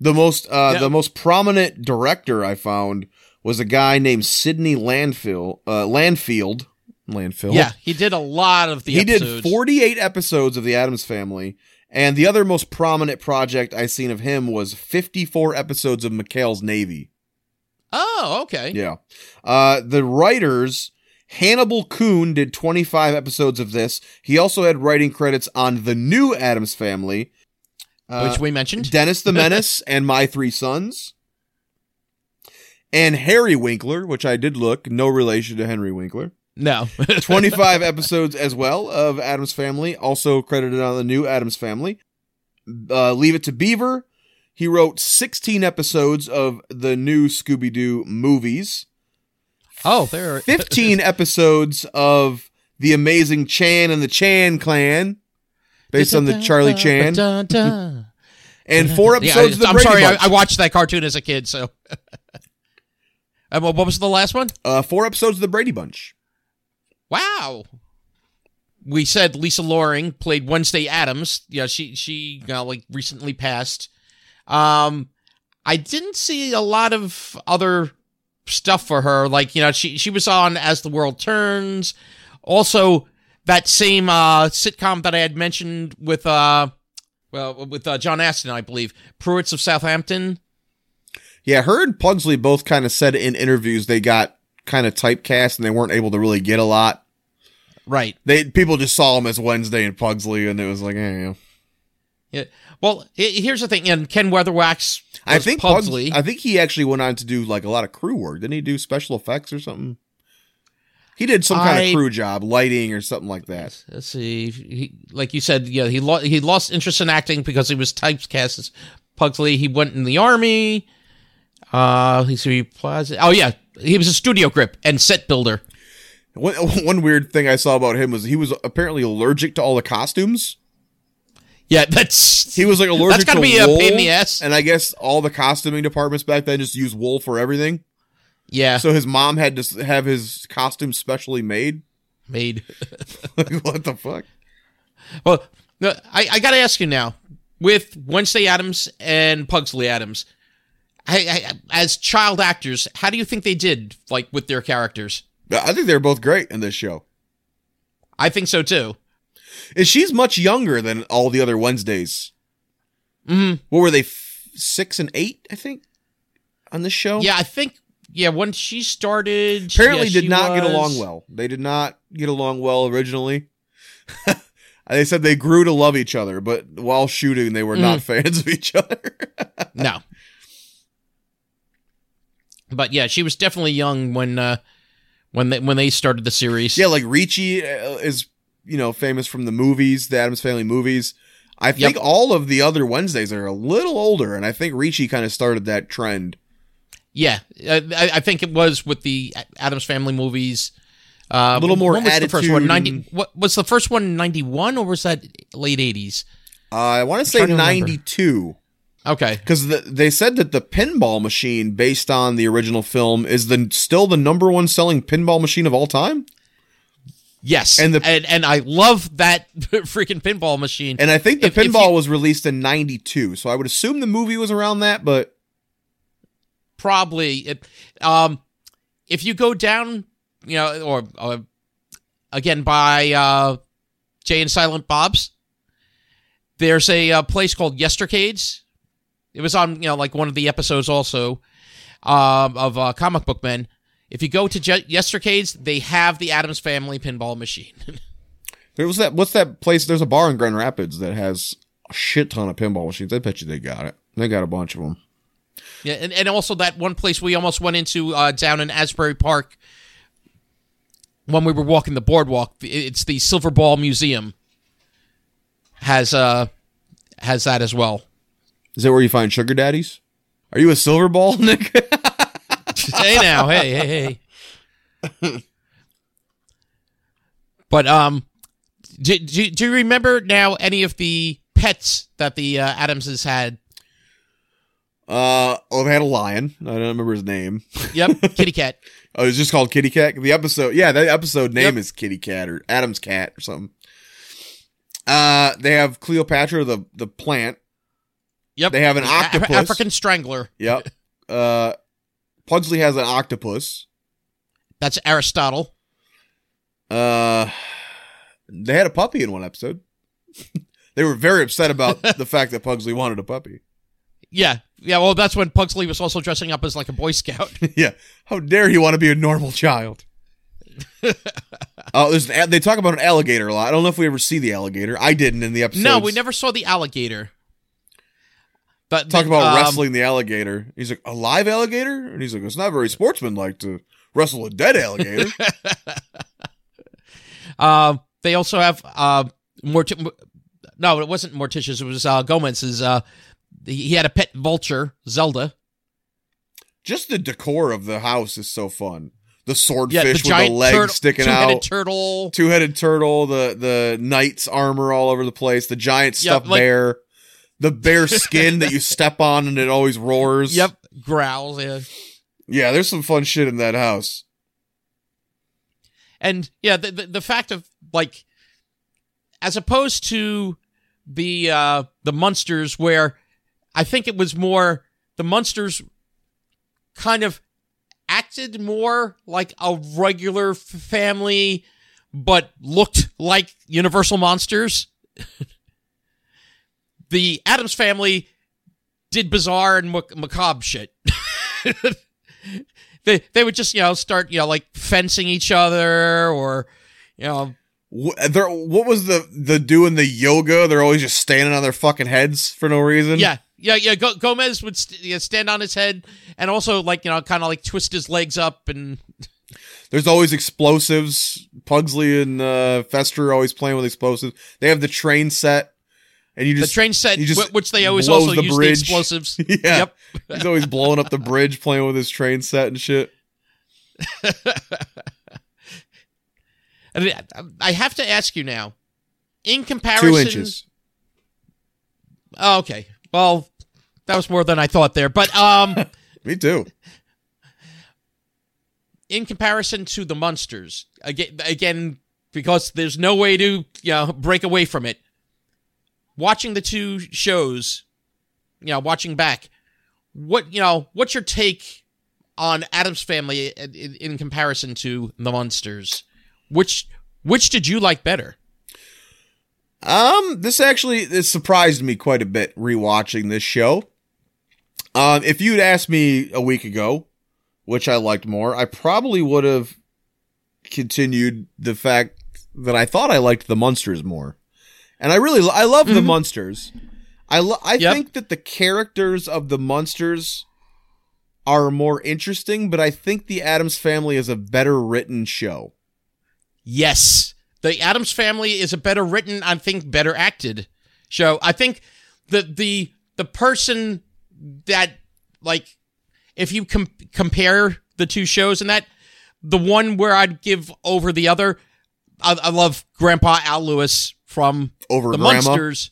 A: The most, uh,
B: Yeah.
A: the most prominent director I found was a guy named Sidney Landfill, uh, Landfield. landfill.
B: Yeah, he did a lot of the
A: he did
B: episodes.
A: 48 episodes of the Adams Family, and the other most prominent project I seen of him was 54 episodes of McHale's Navy.
B: Oh, okay.
A: Yeah, uh, the writers Hannibal Kuhn did 25 episodes of this. He also had writing credits on the new Adams Family, uh,
B: Which we mentioned.
A: Dennis the Menace, and My Three Sons. And Harry Winkler, which I did look, no relation to Henry Winkler.
B: no.
A: 25 episodes as well of Adam's Family, also credited on the new Adam's Family. Uh, Leave It to Beaver. He wrote 16 episodes of the new Scooby Doo movies,
B: oh, there. Are,
A: 15 episodes of The Amazing Chan and the Chan Clan, based on the Charlie Chan,
B: Dun-dun-dun.
A: and four
B: Yeah,
A: episodes of The
B: I'm
A: Brady
B: sorry, I,
A: Bunch.
B: I watched that cartoon as a kid, so. and what what was the last one?
A: uh, four episodes of The Brady Bunch.
B: Wow. We said Lisa Loring played Wednesday Adams. Yeah, she she you know, like recently passed. Um, I didn't see a lot of other stuff for her. Like you know, she she was on As the World Turns. Also, that same uh, sitcom that I had mentioned with uh, well with uh, John Aston, I believe, Pruitts of Southampton.
A: Yeah, her and Pugsley both kind of said in interviews they got kind of typecast and they weren't able to really get a lot.
B: Right.
A: They people just saw him as Wednesday and Pugsley, and it was like, eh, yeah.
B: Yeah. Well, i- here's the thing, and Ken Weatherwax.
A: I
B: was
A: think
B: Pugsley.
A: Pugsley. I think he actually went on to do like a lot of crew work. Didn't he do special effects or something? He did some kind
B: I-
A: of crew job, lighting or something like that.
B: let's see. He, like you said, yeah, he lo- he lost interest in acting because he was typecast as Pugsley. He went in the army. Uh, he so he applies. Oh yeah, he was a studio grip and set builder.
A: One, one weird thing I saw about him was he was apparently allergic to all the costumes.
B: Yeah, that's
A: He was like allergic
B: gotta
A: to
B: be a
A: wool,
B: pain in the ass.
A: and I guess all the costuming departments back then just used wool for everything.
B: yeah
A: So his mom had to s- have his costume specially made.
B: made.
A: Like, what the fuck?
B: well, no, I I gotta ask you now with Wednesday Adams and Pugsley Adams. I, I, as child actors, how do you think they did, like with their characters?
A: I think they're both great in this show.
B: I think so too.
A: And she's much younger than all the other Wednesdays. Mm-hmm. What were they? F- six and eight, I think, on this show.
B: Yeah, I think. Yeah, when she started,
A: Apparently,
B: yeah, she
A: did not get
B: was-
A: along well. They did not get along well originally. they said they grew to love each other, but while shooting, they were not fans of each other.
B: No. But yeah, she was definitely young when uh when they when they started the series.
A: yeah, like Ricci uh, is you know famous from the movies, the Adams Family movies. I think
B: Yep.
A: all of the other Wednesdays are a little older, and I think Ricci kind of started that trend.
B: Yeah. I, I- I think it was with the Adams Family movies. Uh,
A: A little more
B: when was the first one?
A: attitude
B: 90,
A: and-
B: what was the first one 91 or was that late 80s?
A: Uh, I want to say
B: trying to remember.
A: ninety two.
B: Okay.
A: because the, they said that the pinball machine based on the original film is the still the number one selling pinball machine of all time
B: Yes.
A: And
B: And
A: the-
B: and, and I love that freaking pinball machine.
A: and i think the
B: If- if
A: pinball
B: you-
A: was released in 92 so i would assume the movie was around that but
B: probably it, um if you go down you know or uh, again by uh jay and silent bob's there's a uh, place called yestercades it was on you know like one of the episodes also um of uh, comic book men if you go to Je- yestercades they have the adams family pinball machine
A: there was that what's that place there's a bar in grand rapids that has a shit ton of pinball machines i bet you they got it they got a bunch of them
B: yeah and, and also that one place we almost went into uh down in asbury park when we were walking the boardwalk, it's the Silver Ball Museum has uh has that as well.
A: is that where you find sugar daddies are you a silver ball nick
B: hey now, hey, hey, hey. but um, do, do do you remember now any of the pets that the uh, Adamses had?
A: uh oh they had a lion i don't remember his name
B: Yep, kitty cat.
A: oh it's just called kitty cat the episode yeah that episode name
B: Yep.
A: is kitty cat or adam's cat or something uh they have cleopatra the the plant
B: Yep,
A: They have an
B: A- Af-
A: octopus.
B: African strangler.
A: yep uh pugsley has an octopus
B: That's Aristotle.
A: Uh, they had a puppy in one episode. they were very upset about the fact that Pugsley wanted a puppy.
B: Yeah. Yeah, well, that's when Pugsley was also dressing up as like a Boy Scout.
A: yeah, how dare you want to be a normal child? Oh, there's an, a- they talk about an alligator a lot. I don't know if we ever see the alligator. I didn't in the episode.
B: no, we never saw the alligator. But
A: talk
B: then,
A: about
B: um,
A: wrestling the alligator. He's like a live alligator, and he's like, it's not very sportsmanlike to wrestle a dead alligator.
B: Um, they also have uh, Morti- Mo- No, it wasn't Morticia's. It was uh, Gomez's. Uh, he he had a pet vulture, Zelda.
A: Just the decor of the house is so fun. The
B: Yeah,
A: swordfish
B: the
A: with
B: giant
A: the legs
B: turtle,
A: sticking
B: two-headed
A: out.
B: turtle.
A: two-headed turtle, the the knight's armor all over the place, the giant
B: Yeah,
A: stuffed
B: like-
A: bear, the bear skin that you step on and it always roars.
B: Yep, growls. Yeah.
A: Yeah, there's some fun shit in that house.
B: and yeah the, the the fact of like as opposed to the uh the munsters where i think it was more the munsters kind of acted more like a regular f- family but looked like universal monsters the adams family did bizarre and mac- macabre shit they they would just you know start you know like fencing each other or you know
A: Wh- there- What was the the doing the yoga? They're always just standing on their fucking heads for no reason.
B: yeah yeah yeah Go- Gomez would st- yeah, stand on his head and also like you know kind of like twist his legs up and
A: There's always explosives. Pugsley and uh, Fester are always playing with explosives. They have the train set, and you just
B: the train set
A: you just
B: wh- which they always
A: blows
B: also
A: the
B: use the
A: bridge.
B: explosives
A: yeah.
B: yep
A: He's always blowing up the bridge, playing with his train set and shit.
B: and I- I have to ask you now in comparison
A: Two inches.
B: oh, okay well that was more than I thought there but um
A: Me too.
B: in comparison to the monsters again, again because there's no way to you know break away from it watching the two shows you know watching back what you know what's your take on adam's family in, in, in comparison to the monsters which which did you like better
A: Um, this actually this surprised me quite a bit rewatching this show. Um, if you'd asked me a week ago, which I liked more, I probably would have continued the fact that I thought I liked the Munsters more, and I really I love the Munsters. I lo- I
B: Mm-hmm. Yep.
A: think that the characters of the Munsters are more interesting, but I think the Adams Family is a better written show.
B: Yes. The Adams Family is a better written, I think, better acted show. I think the the the person that like if you com- compare the two shows and that the one where I'd give over the other, I, I love Grandpa Al Lewis from
A: Over
B: the
A: Grandma?
B: Munsters.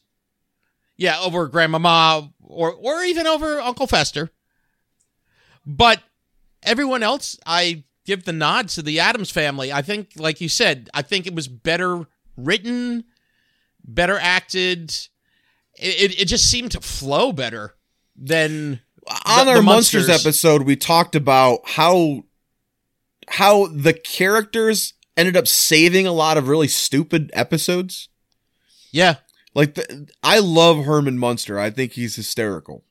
B: Yeah, over Grandmama or or even over Uncle Fester. But everyone else, I give the nod to the Adams family. I think, like you said, I think it was better written, better acted. It it, it just seemed to flow better than
A: on
B: the-
A: our
B: the
A: monsters.
B: Munsters.
A: episode we talked about how how the characters ended up saving a lot of really stupid episodes
B: yeah
A: like the, i love herman munster i think he's hysterical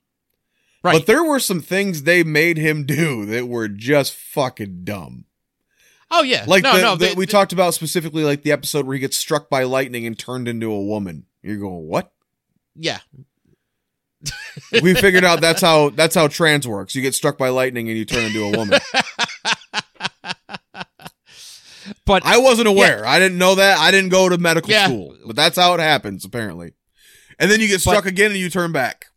B: right.
A: but there were some things they made him do that were just fucking dumb
B: oh yeah,
A: like
B: no
A: the-
B: no
A: the-
B: they-
A: we
B: they-
A: talked about specifically like the episode where he gets struck by lightning and turned into a woman you're going what
B: yeah
A: we figured out that's how that's how trans works you get struck by lightning and you turn into a woman
B: but
A: I wasn't aware. I didn't know that. I didn't go to medical
B: Yeah.
A: school, but that's how it happens apparently. And then you get struck
B: But-
A: again and you turn back.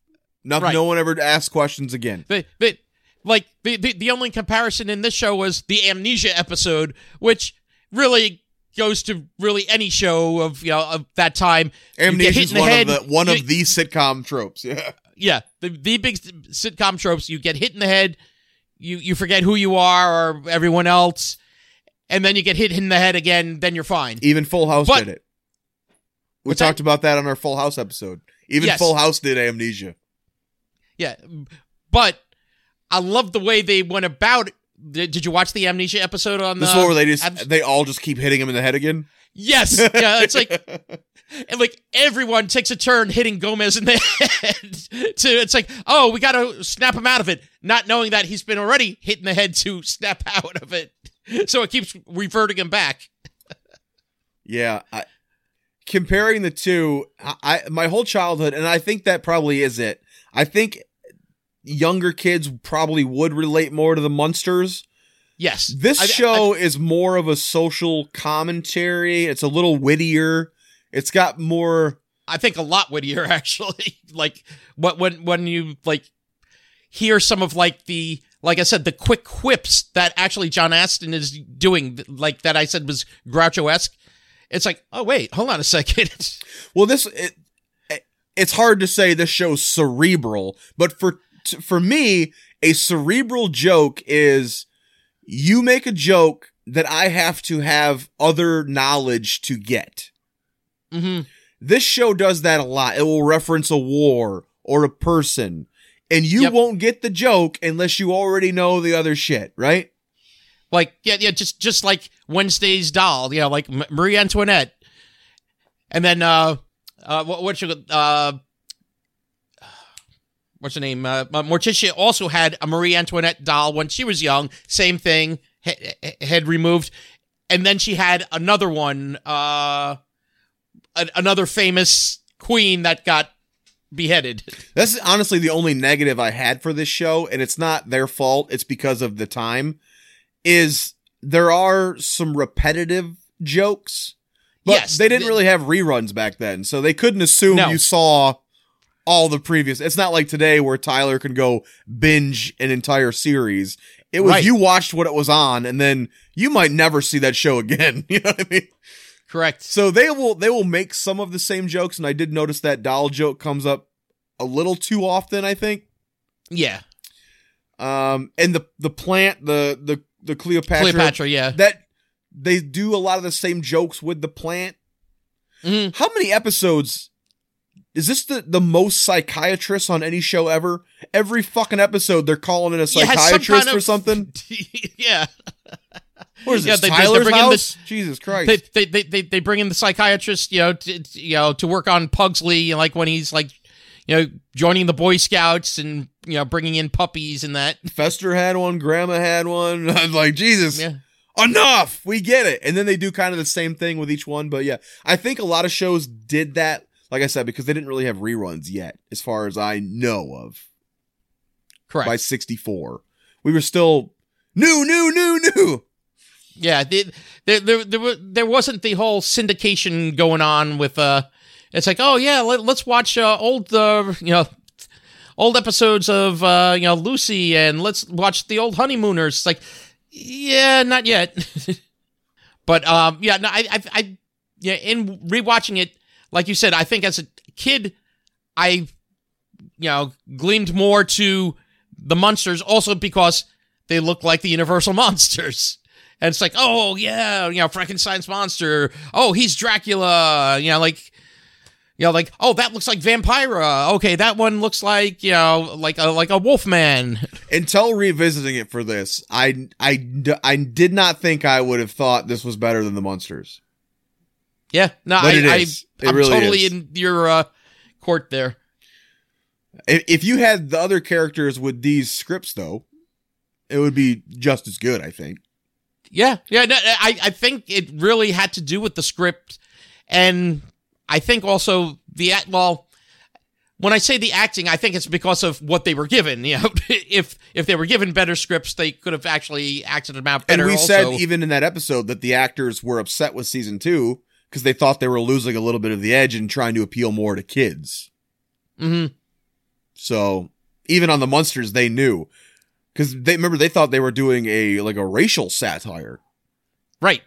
A: No,
B: Right.
A: no one ever asks questions again.
B: the, the, like the, the the only comparison in this show was the amnesia episode, which really goes to really any show of you know of that time. You get
A: Amnesia
B: hit
A: is
B: in the
A: one
B: head,
A: of the one
B: you-
A: of the sitcom tropes. Yeah,
B: yeah the the big sitcom tropes. You get hit in the head, you you forget who you are or everyone else, and then you get hit in the head again. Then you're fine.
A: even Full House
B: But-
A: did it. We
B: What's
A: talked about that on our Full House episode. Even
B: Yes.
A: Full House did amnesia.
B: Yeah, but I love the way they went about Did, did you watch the amnesia episode on
A: This
B: the?
A: is one where they just
B: Uh, abs-
A: they all just keep hitting him in the head again.
B: yes, yeah. It's like and like everyone takes a turn hitting Gomez in the head. to it's like, oh, we got to snap him out of it, not knowing that he's been already hit in the head to snap out of it. So it keeps reverting him back.
A: Yeah, I, comparing the two, I, I my whole childhood, and I think that probably is it. I think younger kids probably would relate more to the Munsters.
B: Yes,
A: This
B: I- I-
A: show is more of a social commentary. It's a little wittier. It's got more.
B: I think a lot wittier actually. like what when when you like hear some of like the like I said the quick quips that actually John Aston is doing th- like that I said was Groucho esque. It's like oh wait hold on a second.
A: Well, this it, it- it's hard to say this show's cerebral, but for t- for me, a cerebral joke is you make a joke that I have to have other knowledge to get.
B: hmm
A: This show does that a lot. It will reference a war or a person, and you
B: Yep.
A: won't get the joke unless you already know the other shit, right?
B: Like yeah yeah just just like Wednesday's doll you know like M- Marie Antoinette, and then uh uh what what you uh. What's her name? Uh, Morticia also had a Marie Antoinette doll when she was young. Same thing, he- he- head removed, and then she had another one, uh, a- another famous queen that got beheaded.
A: That's honestly the only negative I had for this show, and it's not their fault. It's because of the time. Is there are some repetitive jokes, but
B: Yes,
A: they didn't
B: th-
A: really have reruns back then, so they couldn't assume
B: No.
A: you saw all the previous. It's not like today where Tyler can go binge an entire series. It was
B: Right.
A: you watched what it was on, and then you might never see that show again. You know what I mean?
B: Correct.
A: So they will they will make some of the same jokes, and I did notice that doll joke comes up a little too often. I think.
B: Yeah,
A: Um, and the the plant, the the the Cleopatra,
B: Cleopatra. Yeah.
A: that they do a lot of the same jokes with the plant.
B: Mhm.
A: How many episodes is this the the most psychiatrist on any show ever? Every fucking episode, they're calling in a
B: Yeah, it has some
A: psychiatrist
B: kind
A: or
B: of-
A: something.
B: yeah.
A: Or is
B: Yeah,
A: this
B: they- they- they
A: Tyler's
B: bring in
A: house?
B: this-
A: Jesus Christ!
B: they, they, they, they, they bring in the psychiatrist, you know, to, to- you know, to work on Pugsley, you know, like when he's like, you know, joining the Boy Scouts and you know, bringing in puppies and that.
A: Fester had one, Grandma had one. I'm like, Jesus,
B: Yeah,
A: enough. We get it. And then they do kind of the same thing with each one. But yeah, I think a lot of shows did that, like I said, because they didn't really have reruns yet, as far as I know of.
B: correct.
A: By 64, we were still new, new, new, new.
B: Yeah, the- there there there wa- there wasn't the whole syndication going on with uh, it's like oh yeah, let, let's watch uh, old uh, you know. Old episodes of uh, you know Lucy, and let's watch the old honeymooners. It's like, yeah, not yet. but um, yeah, no, I, I, I, yeah, in rewatching it, like you said, I think as a kid, I, you know, gleamed more to the monsters, also because they look like the Universal monsters. And it's like, oh yeah, you know, Frankenstein's monster. Oh, he's Dracula. You know, like, you know, like, oh, that looks like Vampira. Okay, that one looks like, you know, like a like a Wolfman.
A: Until revisiting it for this, I, I, I did not think I would have thought this was better than the Monsters.
B: Yeah, no,
A: But
B: I,
A: it
B: I,
A: is. It
B: I'm
A: really
B: totally
A: is.
B: in your uh, court there.
A: If, if you had the other characters with these scripts, though, it would be just as good, I think.
B: Yeah, yeah. No, I I think it really had to do with the script, and I think also the act. Well, when I say the acting, I think it's because of what they were given. You know, if if they were given better scripts, they could have actually acted them out better.
A: and we
B: also.
A: said e- even in that episode that the actors were upset with season two because they thought they were losing a little bit of the edge and trying to appeal more to kids.
B: Mhm.
A: So even on the monsters, they knew because they remember they thought they were doing a like a racial satire.
B: right.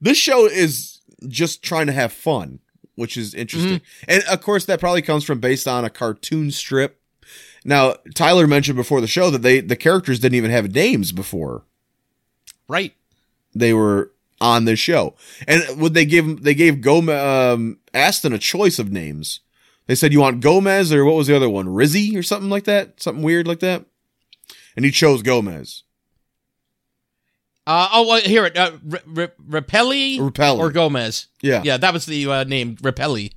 A: This show is just trying to have fun, which is interesting,
B: Mm-hmm.
A: and of course that probably comes from based on a cartoon strip. Now Tyler mentioned before the show that they the characters didn't even have names before
B: Right.
A: they were on this show. And would they give they gave Gomez um, Aston a choice of names? They said you want Gomez or what was the other one, Rizzy or something like that, something weird like that. And he chose Gomez.
B: Uh, oh, well, here it. Uh, R- R- Rapelli
A: Rapelli.
B: or Gomez.
A: Yeah.
B: yeah, that was the uh, name. Rapelli.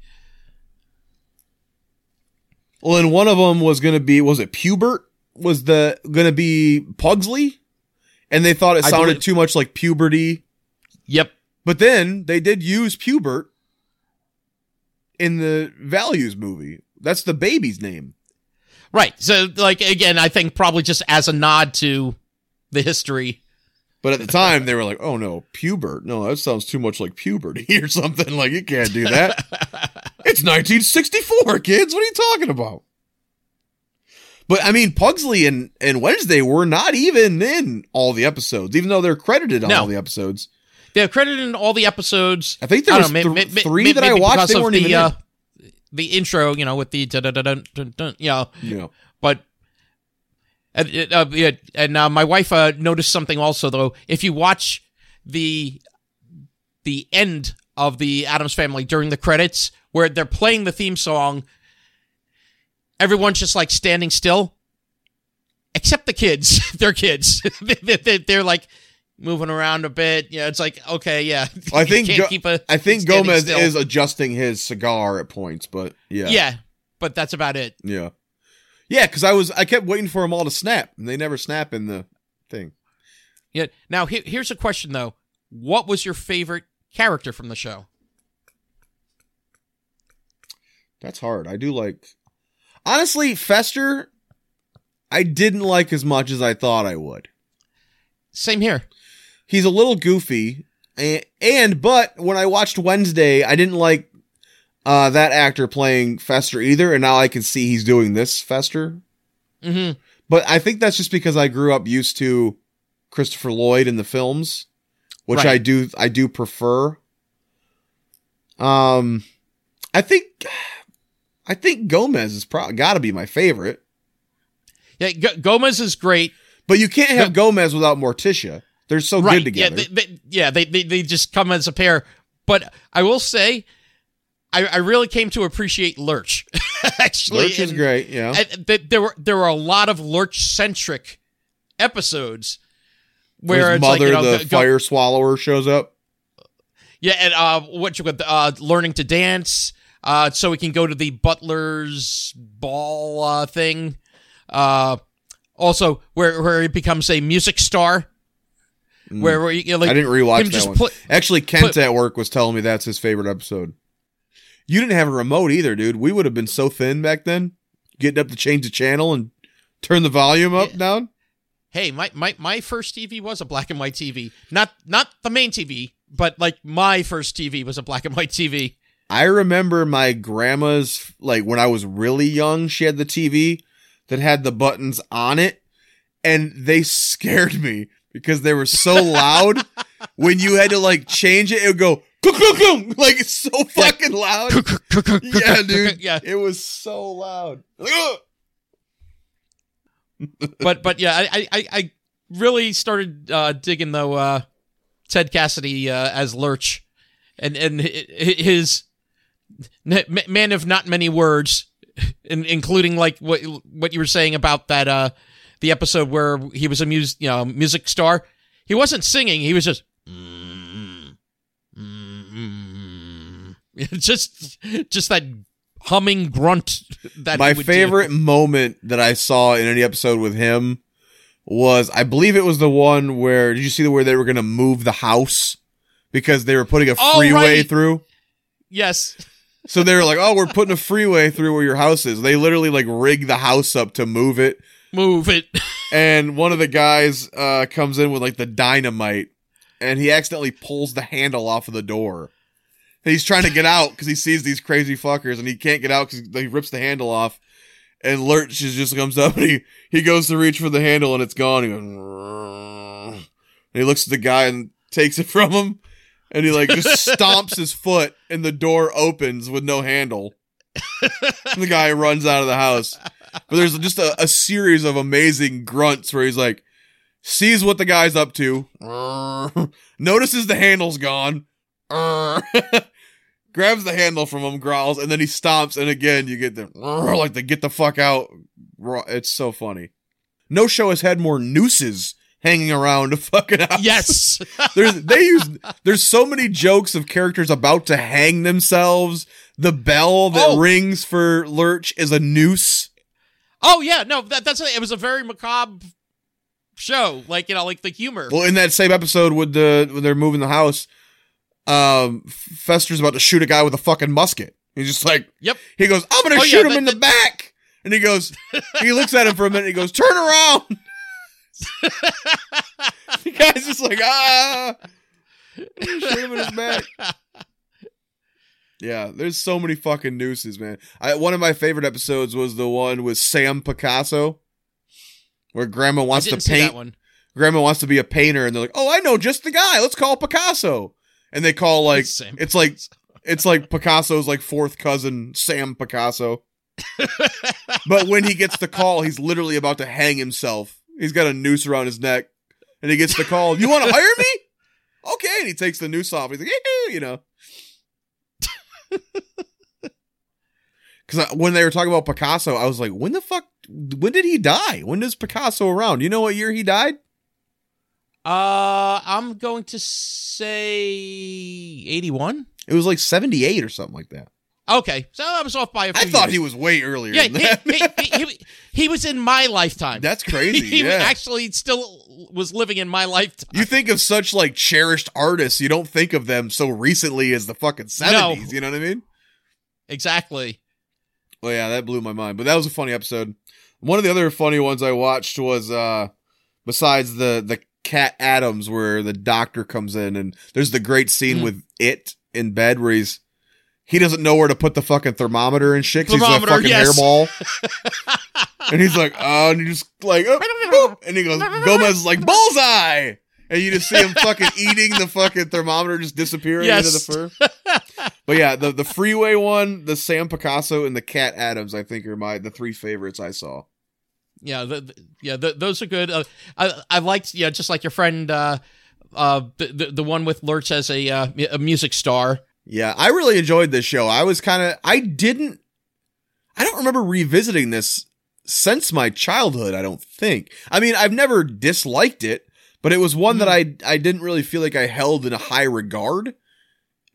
A: Well, and one of them was going to be was it Pubert was the going to be Pugsley, and they thought it
B: I
A: sounded
B: believe-
A: too much like puberty.
B: Yep.
A: But then they did use Pubert in the Values movie. That's the baby's name.
B: Right. So, like again, I think probably just as a nod to the history.
A: But at the time they were like, "Oh no, Pubert! No, that sounds too much like puberty or something. Like you can't do that." it's 1964, kids. What are you talking about? But I mean, Pugsley and and Wednesday were not even in all the episodes, even though they're credited on
B: No.
A: all the episodes.
B: They're credited in all the episodes.
A: I think there
B: don't
A: was
B: may-
A: th-
B: may- may-
A: three
B: may-
A: that I
B: maybe
A: watched,
B: because
A: they
B: of
A: weren't
B: the,
A: even in.
B: uh, the intro, you know, with the dun dun dun dun dun. You know,
A: You know,
B: but and, it, uh, yeah, and uh, my wife uh, noticed something also though. If you watch the the end of the Adams Family during the credits, where they're playing the theme song, everyone's just like standing still, except the kids. they're kids. They- they- they're like moving around a bit. Yeah, it's like okay, yeah.
A: I
B: You
A: think
B: can't
A: Go-
B: keep a
A: I think
B: standing
A: Gomez
B: still.
A: is adjusting his cigar at points, but yeah,
B: yeah, but that's about it.
A: yeah, yeah. Because I was I kept waiting for them all to snap, and they never snap in the thing.
B: Yeah. Now he- here's a question though. What was your favorite character from the show?
A: That's hard. I do like honestly Fester. I didn't like as much as I thought I would.
B: Same here.
A: He's a little goofy, and, and but when I watched Wednesday, I didn't like uh, that actor playing Fester either. And now I can see he's doing this Fester. Mm-hmm.
B: hmm
A: But I think that's just because I grew up used to Christopher Lloyd in the films, which
B: Right.
A: I do I do prefer. Um, I think I think Gomez is probably got to be my favorite,
B: Yeah, G- Gomez is great.
A: but you can't have Gomez without Morticia. They're so
B: Right.
A: Oh, good together.
B: Yeah, they, they, yeah they, they, they just come as a pair. But I will say, I, I really came to appreciate Lurch. Actually,
A: Lurch is
B: and-
A: great. Yeah,
B: and th- there were there were a lot of Lurch centric episodes where
A: his
B: it's
A: mother,
B: like, you know,
A: the
B: go- go-
A: fire swallower, shows up.
B: Yeah, and uh, what you got? Uh, learning to dance, uh, so we can go to the butler's ball uh, thing. Uh, also, where where he becomes a music star. Where, where you, like
A: Mm. I didn't rewatch
B: him
A: that
B: just
A: one.
B: put-
A: Actually, Kent
B: put-
A: at work was telling me that's his favorite episode. You didn't have a remote either, dude. We would have been so thin back then, getting up to change the channel and turn the volume up down.
B: hey, my, my my first TV was a black and white TV, not not the main TV, but like my first TV was a black and white TV.
A: I remember my grandma's like when I was really young, she had the TV that had the buttons on it and they scared me because they were so loud when you had to like change it it would go "Kuk, kuk, kuk," like it's so fucking loud. Yeah, dude.
B: yeah.
A: It was so loud.
B: but but yeah, I I, I- I really started uh, digging though uh, Ted Cassidy uh, as Lurch, and and hi- hi- his n- ma- man of not many words, in, including like what what you were saying about that uh, the episode where he was a mus- you know music star. He wasn't singing. He was just. just just that humming grunt that he
A: My
B: would do.
A: favorite moment that I saw in any episode with him was I believe it was the one where did you see the where they were gonna move the house because they were putting a
B: Oh,
A: freeway
B: right.
A: through?
B: yes
A: So they were like, "Oh, we're putting a freeway through where your house is." They literally like rig the house up to move it,
B: move it
A: and one of the guys uh, comes in with like the dynamite, and he accidentally pulls the handle off of the door. And he's trying to get out because he sees these crazy fuckers, and he can't get out because he rips the handle off. And Lurch is just comes up and he he goes to reach for the handle, and it's gone. He goes, "Rrrr." and he looks at the guy and takes it from him, and he like just stomps his foot, and the door opens with no handle. And the guy runs out of the house. But there's just a, a series of amazing grunts where he's like, sees what the guy's up to, notices the handle's gone, grabs the handle from him, growls, and then he stomps. And again, you get the like the get the fuck out. It's so funny. No show has had more nooses hanging around a fucking house.
B: Yes.
A: There's they use there's so many jokes of characters about to hang themselves. The bell that
B: Oh.
A: rings for Lurch is a noose.
B: oh yeah, no, that, that's it. It was a very macabre show. Like you know, like the humor.
A: Well, in that same episode with the when they're moving the house, um, Fester's about to shoot a guy with a fucking musket. He's just like,
B: Yep.
A: He goes, "I'm gonna
B: Oh,
A: shoot
B: yeah,
A: him
B: that-
A: in the back," and he goes, he looks at him for a minute. He goes, "Turn around." the guy's just like, ah, shoot him in his back. Yeah, there's so many fucking nooses, man. I, one of my favorite episodes was the one with Sam Picasso, where Grandma
B: I
A: wants to
B: didn't see that
A: paint
B: one.
A: grandma wants to be a painter and they're like oh i know just the guy let's call picasso and they call like
B: Sam
A: it's like it's like picasso's like fourth cousin sam picasso but when he gets the call he's literally about to hang himself he's got a noose around his neck and he gets the call you want to hire me okay and he takes the noose off he's like "Yee-hoo," you know because when they were talking about picasso i was like when the fuck when did he die when does picasso around you know what year he died
B: Uh, I'm going to say 81.
A: It was like 78 or something like that.
B: Okay, so I was off by a
A: I
B: few
A: thought
B: years.
A: he was way earlier
B: Yeah,
A: than that.
B: he, he, he, he, he was in my lifetime.
A: That's crazy.
B: he
A: yeah.
B: actually still was living in my lifetime.
A: you think of such like cherished artists, you don't think of them so recently as the fucking 70s, you know what I mean?
B: Exactly.
A: Well, yeah, that blew my mind. But that was a funny episode. One of the other funny ones I watched was uh besides the the Cat Adams where the doctor comes in and there's the great scene
B: Mhm.
A: with it in bed where he's he doesn't know where to put the fucking thermometer and shit 'cause he's a
B: Thermometer,
A: fucking
B: yes.
A: hairball. and he's like, oh, and you just like, oh, boop. and he goes, Gomez is like, bullseye. And you just see him fucking eating the fucking thermometer, just disappearing into
B: Yes.
A: the fur. But yeah, the, the freeway one, the Sam Picasso, and the Cat Adams, I think are my the three favorites I saw.
B: Yeah, the, the- yeah, th those are good. Uh, I I liked yeah, just like your friend uh uh the the, the one with Lurch as a uh, mu- a music star.
A: Yeah, I really enjoyed this show. I was kind of, I didn't, I don't remember revisiting this since my childhood. I don't think. I mean, I've never disliked it, but it was one that I I didn't really feel like I held in a high regard.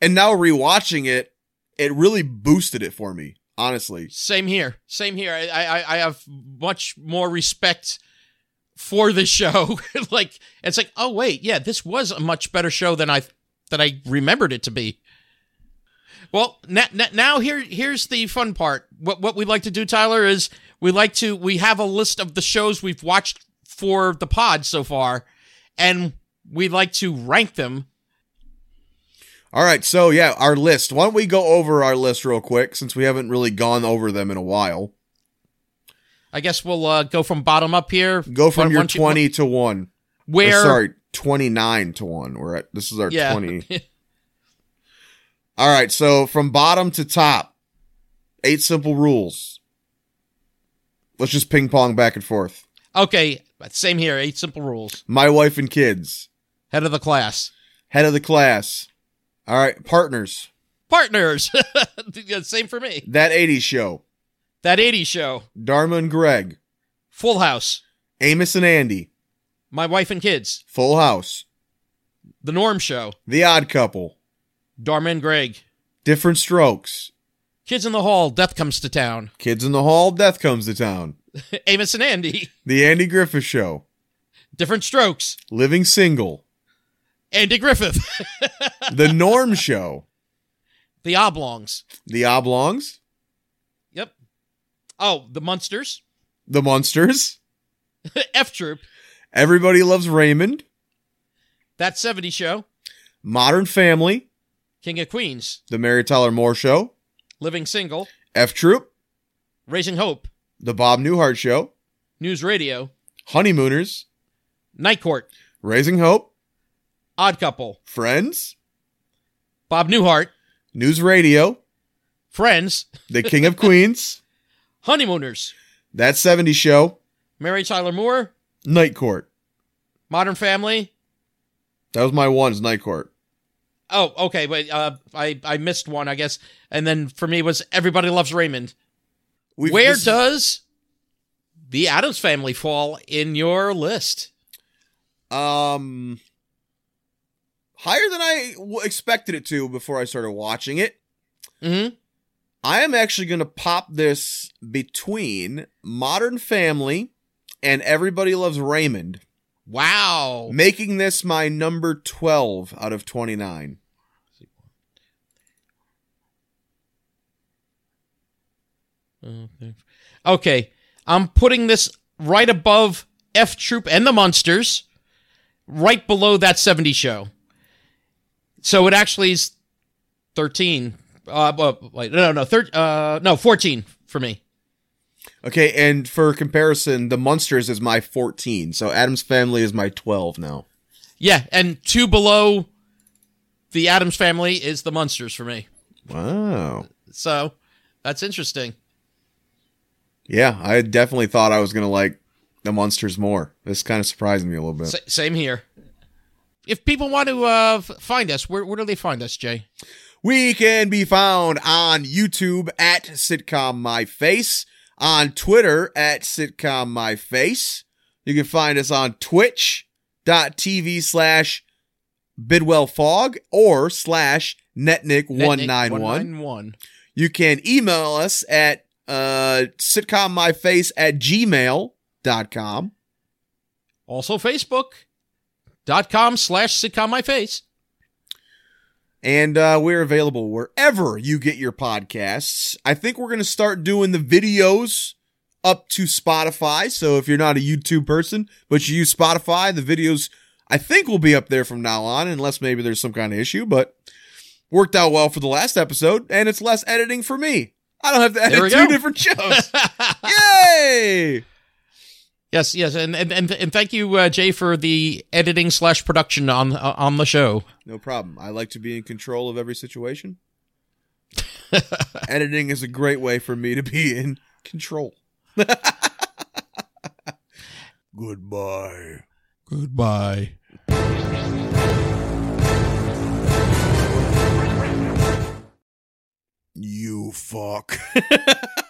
A: And now rewatching it, it really boosted it for me. Honestly,
B: Same here. Same here. I I, I have much more respect for the show. like it's like, oh wait, yeah, this was a much better show than I that I remembered it to be. Well, na na- now here here's the fun part. What what we like to do, Tyler, is we like to we have a list of the shows we've watched for the pod so far, and we like to rank them.
A: All right, so yeah, our list. Why don't we go over our list real quick since we haven't really gone over them in a while?
B: I guess we'll uh, go from bottom up here.
A: Go from
B: One-
A: your
B: one, two-
A: twenty to one. Or
B: Where?
A: sorry, twenty nine to one. We're at this is our
B: yeah.
A: twenty. All right, so from bottom to top, eight simple rules. Let's just ping pong back and forth.
B: Okay, same here. Eight simple rules.
A: My wife and kids,
B: Head of the class.
A: head of the class. All right, partners.
B: Partners. Yeah, same for me.
A: That 80s show.
B: That 80s show.
A: Dharma and Greg.
B: Full House.
A: Amos and Andy.
B: My Wife and Kids.
A: Full House.
B: The Norm Show.
A: The Odd Couple.
B: Dharma and Greg.
A: Different Strokes.
B: Kids in the Hall. Death Comes to Town.
A: Kids in the Hall. Death Comes to Town.
B: Amos and Andy.
A: The Andy Griffith Show.
B: Different Strokes.
A: Living Single.
B: Andy Griffith.
A: The Norm Show.
B: the Oblongs.
A: The Oblongs.
B: Yep. Oh, The Munsters.
A: The Monsters.
B: F Troop.
A: Everybody Loves Raymond.
B: That 70 Show.
A: Modern Family,
B: King of Queens.
A: The Mary Tyler Moore Show,
B: Living Single.
A: F Troop,
B: Raising Hope.
A: The Bob Newhart Show,
B: News Radio.
A: Honeymooners,
B: Night Court.
A: Raising Hope,
B: Odd Couple.
A: Friends,
B: Bob Newhart.
A: News Radio,
B: Friends.
A: The King of Queens,
B: Honeymooners.
A: That 70 Show,
B: Mary Tyler Moore.
A: Night Court.
B: Modern Family.
A: That was my ones, Night Court.
B: Oh, okay, but uh, I I missed one, I guess. And then for me was Everybody Loves Raymond.
A: We've-
B: Where
A: this-
B: does the Adams Family fall in your list?
A: Um, higher than I w- expected it to before I started watching it.
B: hmm
A: I am actually going to pop this between Modern Family and Everybody Loves Raymond,
B: Wow.
A: making this my number 12 out of 29.
B: Okay. Okay. I'm putting this right above F Troop and the Monsters, right below that 70 show. So it actually is 13. Uh, well, wait, no, no, thir- uh, no, 14 for me.
A: Okay, and for comparison, The Munsters is my 14, so Adam's Family is my 12 now.
B: Yeah, and two below the Adams family is the Munsters for me.
A: Wow.
B: So that's interesting.
A: Yeah, I definitely thought I was going to like The Munsters more. This kind of surprised me a little bit.
B: S- same here. If people want to uh, f- find us, where, where do they find us, Jay?
A: We can be found on YouTube at Sitcom My Face, on Twitter at Sitcom My Face. You can find us on twitch.tv slash Bidwell Fog or slash Netnick191. You can email us at uh, sitcommyface at gmail.com.
B: Also, Facebook.com slash sitcom my face.
A: And uh, we're available wherever you get your podcasts. I think we're going to start doing the videos up to Spotify. So if you're not a YouTube person, but you use Spotify, the videos I think will be up there from now on, unless maybe there's some kind of issue. But worked out well for the last episode, and it's less editing for me. I don't have to
B: There we
A: edit two
B: go.
A: different shows. Yay!
B: Yes, yes, and and and, and thank you, uh, Jay, for the editing slash production on uh, on the show.
A: No problem. I like to be in control of every situation. Editing is a great way for me to be in control. Goodbye.
B: Goodbye.
A: You fuck.